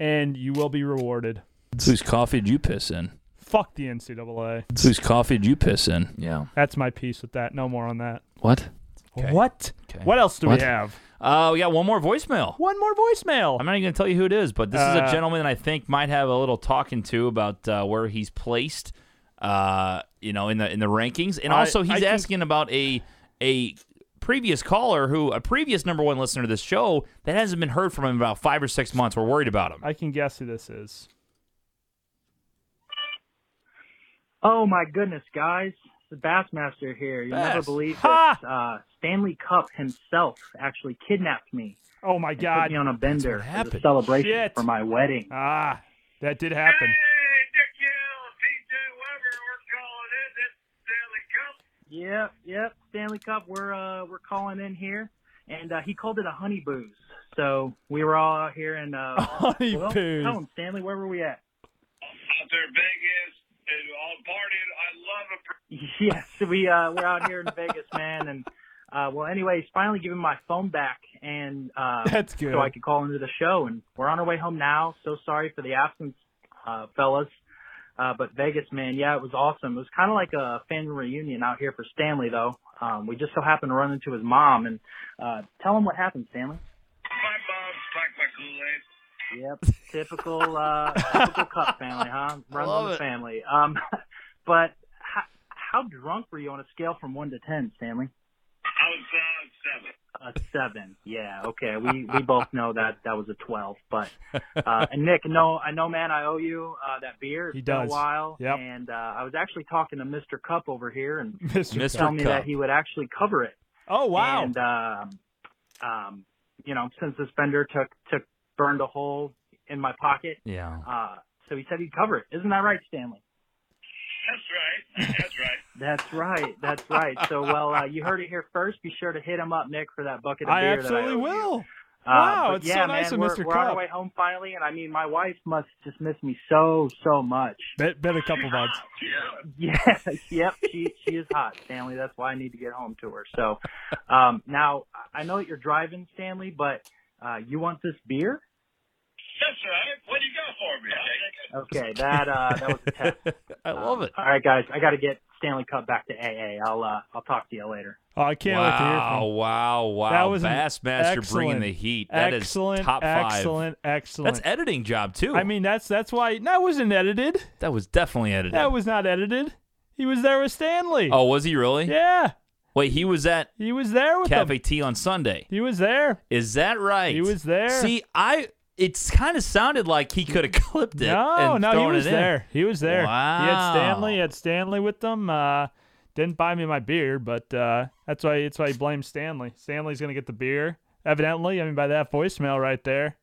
S2: and you will be rewarded.
S1: Whose coffee did you piss in?
S2: Fuck the NCAA.
S1: Whose coffee did you piss in? Yeah.
S2: That's my piece with that. No more on that.
S1: What?
S2: What? What else do
S1: What?
S2: we have?
S1: Uh, we got one more voicemail.
S2: One more voicemail.
S1: I'm not even going to tell you who it is, but this is
S2: Uh,
S1: a gentleman that I think might have a little talking to about uh, where he's placed, uh, you know, in the in the rankings, and
S2: I-
S1: also he's
S2: I can-
S1: asking about a a previous caller who a previous number one listener to this show that hasn't been heard from him in about five or six months. We're worried about him.
S2: I can guess who this is.
S10: Oh my goodness, guys. The Bassmaster here. You'll never
S1: Bass.
S10: believe
S2: Ha!
S10: that uh, Stanley Cup himself actually kidnapped me.
S2: Oh my
S10: and Put
S2: god.
S10: me on a bender as a
S1: happened.
S10: celebration
S2: Shit.
S10: for my wedding.
S2: Ah, that did happen.
S10: Yep, yep. Stanley Cup, we're uh, we're calling in here, and uh, he called it a honey booze. So we were all out here and uh,
S2: [LAUGHS] Honey
S10: [LAUGHS] well,
S2: poo.
S10: tell him, Stanley, where were we at? [LAUGHS] Yes, we uh, we're out here in Vegas, man, and uh, well, anyways, finally giving my phone back, and uh,
S2: [LAUGHS] That's good.
S10: so I could call into the show. And we're on our way home now. So sorry for the absence, uh, fellas. Uh, but Vegas, man, yeah, it was awesome. It was kind of like a family reunion out here for Stanley, though. Um, we just so happened to run into his mom, and uh, tell him what happened, Stanley. Yep,
S2: [LAUGHS]
S10: typical uh, typical Cup family, huh? Runs in the family. Um, [LAUGHS] but how, how drunk were you on a scale from one to ten, Stanley? A seven. Yeah. Okay. We we both know that that was a twelve. But uh, and Nick, no, I know, man, I owe you uh, that beer. It's
S2: He
S10: been
S2: does.
S10: a while.
S2: Yep.
S10: And uh, I was actually talking to Mr. Cup over here
S2: [LAUGHS]
S10: and
S2: Mr.
S1: Mr.
S10: telling me
S1: Cup.
S10: that he would actually cover it.
S2: Oh wow.
S10: And um, um, you know, since this vendor took took burned a hole in my pocket,
S2: [LAUGHS]
S1: yeah.
S10: uh, so he said he'd cover it. Isn't that right, Stanley? [LAUGHS] That's right. That's right. That's right. That's right. So, well, uh, you heard it here first. Be sure to hit him up, Nick, for that bucket of
S2: I
S10: beer.
S2: absolutely
S10: that I owe you.
S2: will.
S10: Uh,
S2: Wow,
S10: but
S2: it's
S10: yeah,
S2: so nice
S10: man,
S2: of
S10: we're,
S2: Mr.
S10: We're on our
S2: Cup.
S10: way home finally, and I mean, my wife must just miss me so, so much.
S2: Bet, bet a couple months.
S10: Yeah, [LAUGHS] yep, she she is hot, Stanley. That's why I need to get home to her. So, um, now I know that you're driving, Stanley, but uh, you want this beer? That's right. What do you got for me? Okay, that uh, that was a [LAUGHS] test.
S1: I love it.
S10: All right, guys, I got to get Stanley Cup back to AA. I'll uh, I'll talk to you later.
S2: Oh, I can't wait to hear
S1: Wow,
S2: from him.
S1: wow, wow.
S2: That was an
S1: Bassmaster bringing
S2: excellent-
S1: the heat. That is
S2: excellent,
S1: top five.
S2: Excellent, excellent.
S1: That's editing job too.
S2: I mean, that's that's why that wasn't edited.
S1: that was definitely edited.
S2: That was not edited. He was there with Stanley.
S1: oh, was he really?
S2: yeah,
S1: Wait, he was at
S2: he was there with
S1: Cafe
S2: them.
S1: T on Sunday.
S2: He was there.
S1: Is that right?
S2: He was there.
S1: See, I it's kind of sounded like he could have clipped it.
S2: No,
S1: and
S2: no,
S1: thrown
S2: he was
S1: it in.
S2: there. He was there. He had
S1: Wow.
S2: Stanley. He had Stanley with them. Uh, didn't buy me my beer, but uh, that's why that's why he blames Stanley. Stanley's gonna get the beer, evidently. I mean, by that voicemail right there,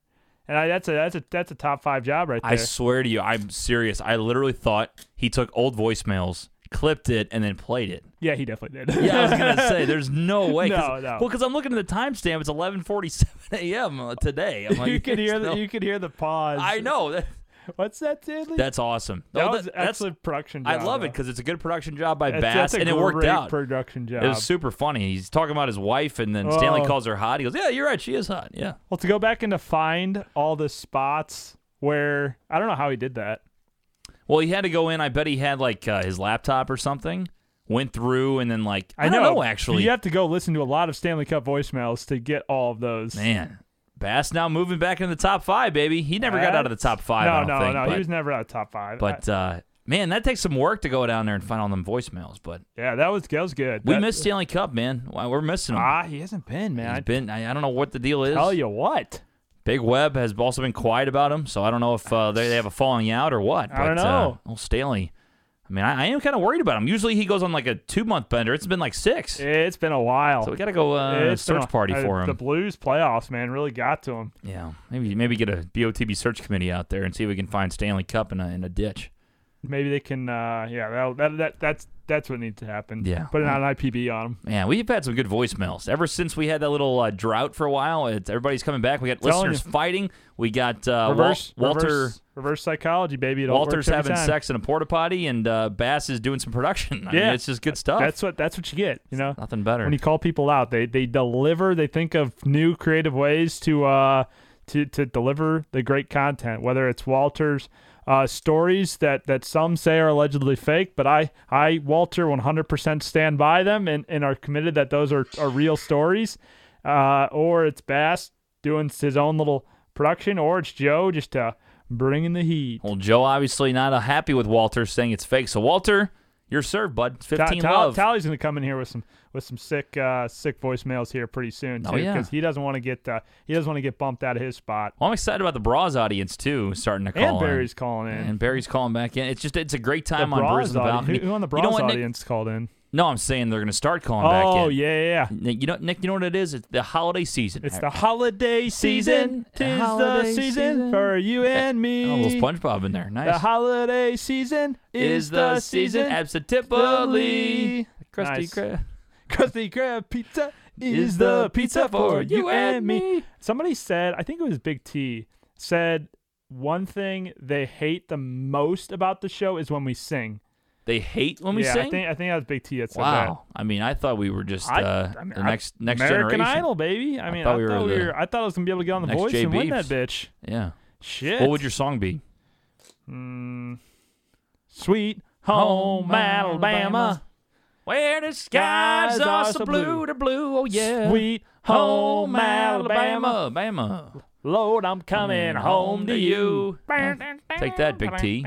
S2: and I, that's a that's a that's a top five job right there.
S1: I swear to you, I'm serious. I literally thought he took old voicemails, clipped it, and then played it.
S2: Yeah, he definitely did.
S1: Yeah, I was
S2: [LAUGHS]
S1: gonna say there's no way. 'cause-
S2: No, no.
S1: Well, because I'm looking at the timestamp, it's 11:47 a.m. uh, today. I'm like,
S2: [LAUGHS] you could hear
S1: there's
S2: the
S1: no-
S2: you could hear the pause.
S1: I know
S2: [LAUGHS]
S1: that,
S2: What's that, Stanley?
S1: that's awesome.
S2: that
S1: No,
S2: was
S1: that- that's-
S2: excellent production.
S1: I
S2: job,
S1: love
S2: though.
S1: it because it's a good production job by
S2: That's-
S1: Bass,
S2: that's a
S1: and it worked
S2: great
S1: out.
S2: Production job.
S1: It was super funny. He's talking about his wife, and then Stanley
S2: Oh.
S1: calls her hot. He goes, "Yeah, you're right. She is hot. Yeah,
S2: Well, to go back and to find all the spots where I don't know how he did that.
S1: Well, he had to go in. I bet he had like uh, his laptop or something. Went through and then like I,
S2: know,
S1: don't know
S2: but
S1: actually.
S2: you have to go listen to a lot of Stanley Cup voicemails to get all of those.
S1: Man, Bass now moving back into the top five, baby. He never got out of the top five.
S2: No,
S1: I don't
S2: no,
S1: think,
S2: no.
S1: But,
S2: he was never out of top five. I-
S1: but uh, man, that takes some work to go down there and find all them voicemails. But
S2: yeah, that was that was good.
S1: we
S2: That-
S1: missed Stanley Cup, man. Wow, We're missing him.
S2: Ah, he hasn't been, man.
S1: He's
S2: I
S1: been. I, I don't know what the deal is.
S2: tell you what.
S1: Big Web has also been quiet about him, so I don't know if uh, they, they have a falling out or what.
S2: I don't
S1: but,
S2: know.
S1: Uh, old Stanley. I mean, I, I am kind of worried about him. Usually he goes on like a two month bender. It's been like six.
S2: It's been a while.
S1: So we got to go uh,
S2: It's been
S1: search
S2: a-
S1: party
S2: uh,
S1: for him.
S2: The Blues playoffs, man, really got to him.
S1: yeah, maybe maybe get a BOTB search committee out there and see if we can find Stanley Cup in a in a ditch.
S2: Maybe they can. uh Yeah, that, that that that's that's what needs to happen.
S1: Yeah.
S2: put an IPB on him.
S1: Man, we've had some good voicemails ever since we had that little uh, drought for a while. It's, everybody's coming back. We got
S2: Telling
S1: listeners fighting. We got uh, Wal-
S2: Reverse
S1: Walter.
S2: reverse, reverse psychology, baby. It all
S1: Walter's
S2: works every
S1: having
S2: time.
S1: sex in a porta potty, and uh, Bass is doing some production. I mean,
S2: Yeah.
S1: it's just good stuff.
S2: That's what that's what you get. You know,
S1: Nothing better.
S2: when you call people out, they they deliver. They think of new creative ways to uh to to deliver the great content. Whether it's Walter's uh, stories that that some say are allegedly fake, but I I Walter 100% stand by them and and are committed that those are are real stories. Uh, or it's Bass doing his own little production, or it's Joe just uh, bringing the heat.
S1: Well, Joe obviously not uh, happy with Walter saying it's fake. So Walter, you're served, bud. Fifteen
S2: Ta- Ta-
S1: love.
S2: Tally's gonna come in here with some with some sick uh, sick voicemails here pretty soon too,
S1: Oh, yeah.
S2: he doesn't want to get uh, he doesn't want to get bumped out of his spot.
S1: well, I'm excited about the Bras audience too, starting to call
S2: and
S1: in.
S2: Barry's calling in.
S1: and Barry's calling back in. It's just it's a great
S2: the
S1: time on Bruce
S2: bronze
S1: and the
S2: audi-
S1: balcony.
S2: who, who on the
S1: you know
S2: bronze
S1: what, Nick?
S2: audience called in?
S1: No, I'm saying they're going to start calling back in.
S2: Oh yeah, yeah, yeah.
S1: Nick, you know, Nick, you know what it is? It's the holiday season.
S2: It's the holiday
S1: Season,
S2: season. Tis the
S1: holiday
S2: season,
S1: season.
S2: for you and me.
S1: oh, a little SpongeBob in there. Nice.
S2: The holiday season is,
S1: is the season absentipoli.
S2: Fully.
S1: Krusty
S2: Nice.
S1: Krab.
S2: Krusty Krab pizza is the pizza for you and me. Somebody said, I think it was Big T, said one thing they hate the most about the show is when we sing.
S1: They hate when we
S2: yeah,
S1: sing.
S2: I think I think that was Big T that said
S1: wow. I mean, I thought we were just
S2: that. I-
S1: uh,
S2: I mean,
S1: the
S2: I-
S1: next next
S2: American
S1: generation.
S2: Idol, baby. I mean, I
S1: thought
S2: thought,
S1: we were
S2: we
S1: the
S2: were- I thought I was gonna be able to get on the
S1: next
S2: voice
S1: Jay
S2: and win that
S1: Beefs.
S2: bitch.
S1: Yeah.
S2: Shit.
S1: What would your song be?
S2: sweet home Alabama?
S1: Where the
S2: skies are so blue,
S1: the blue, oh yeah.
S2: Sweet home Alabama.
S1: Alabama. Mm-hmm.
S2: Lord, I'm coming home to you.
S1: Take that,
S2: [LAUGHS]
S1: Big T.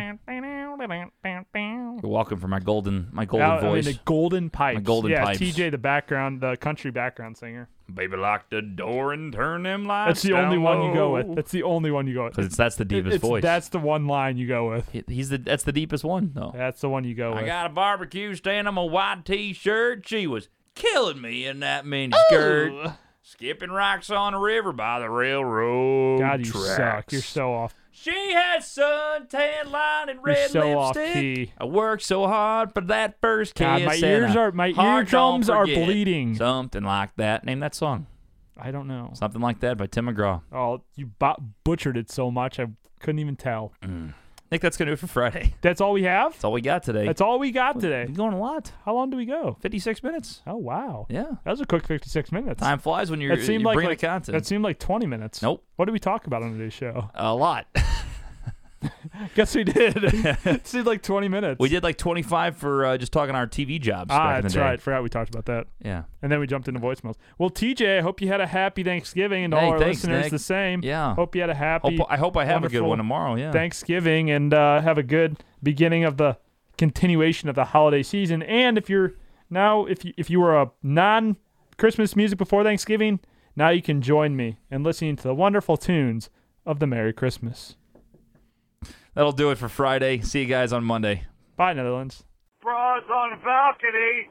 S1: You're welcome for my golden, my golden
S2: Out- I mean,
S1: voice.
S2: the Golden Pipes.
S1: Golden
S2: yeah,
S1: Pipes.
S2: TJ, the background, the country background singer.
S1: Baby, lock the door and turn them lights.
S2: That's the only one you go with. That's the only one you go with.
S1: Because that's the deepest
S2: It's-
S1: voice.
S2: That's the one line you go with.
S1: He- He's the that's the deepest one though.
S2: That's the one you go
S1: I
S2: with.
S1: got a barbecue stand on my white t-shirt. She was killing me in that mini skirt. Skipping rocks on the river by the railroad
S2: God, you
S1: tracks.
S2: suck. You're so off.
S1: She has suntan line and red
S2: so off
S1: lipstick.
S2: key.
S1: I worked so hard for that first kiss.
S2: God, my
S1: and
S2: ears
S1: I-
S2: are- my
S1: heart don't
S2: eardrums are
S1: forget.
S2: bleeding.
S1: Something like that. Name that song.
S2: I don't know.
S1: Something like that by Tim McGraw.
S2: Oh, you bo- butchered it so much I couldn't even tell.
S1: Nick, that's gonna do it for Friday.
S2: That's all we have.
S1: That's Mm. all we got today.
S2: That's all we got today.
S1: We're going a lot.
S2: How long do we go?
S1: Fifty-six minutes.
S2: Oh wow.
S1: Yeah.
S2: That was a quick 56 minutes.
S1: Time flies when you're,
S2: that seemed
S1: you're
S2: like,
S1: bringing
S2: like
S1: the content.
S2: that seemed like 20 minutes.
S1: Nope.
S2: What did we talk about on today's show?
S1: [LAUGHS] a lot.
S2: Guess we
S1: [LAUGHS]
S2: did. it seemed like 20 minutes.
S1: we did like 25 for uh, just talking our TV jobs. back
S2: Ah,
S1: in the
S2: that's
S1: day.
S2: right. Forgot we talked about that.
S1: Yeah.
S2: And then we jumped into voicemails. Well, TJ, I hope you had a happy Thanksgiving and
S1: Hey,
S2: all our
S1: thanks,
S2: listeners
S1: Nick.
S2: the same.
S1: Yeah.
S2: Hope you had a happy.
S1: Hope, I hope I have a good
S2: wonderful
S1: one tomorrow. Yeah.
S2: Thanksgiving and uh, have a good beginning of the continuation of the holiday season. And if you're now, if you, if you were a non Christmas music before Thanksgiving, now you can join me in listening to the wonderful tunes of the Merry Christmas.
S1: That'll do it for Friday. See you guys on Monday.
S2: Bye, Netherlands.
S8: Bras on balcony.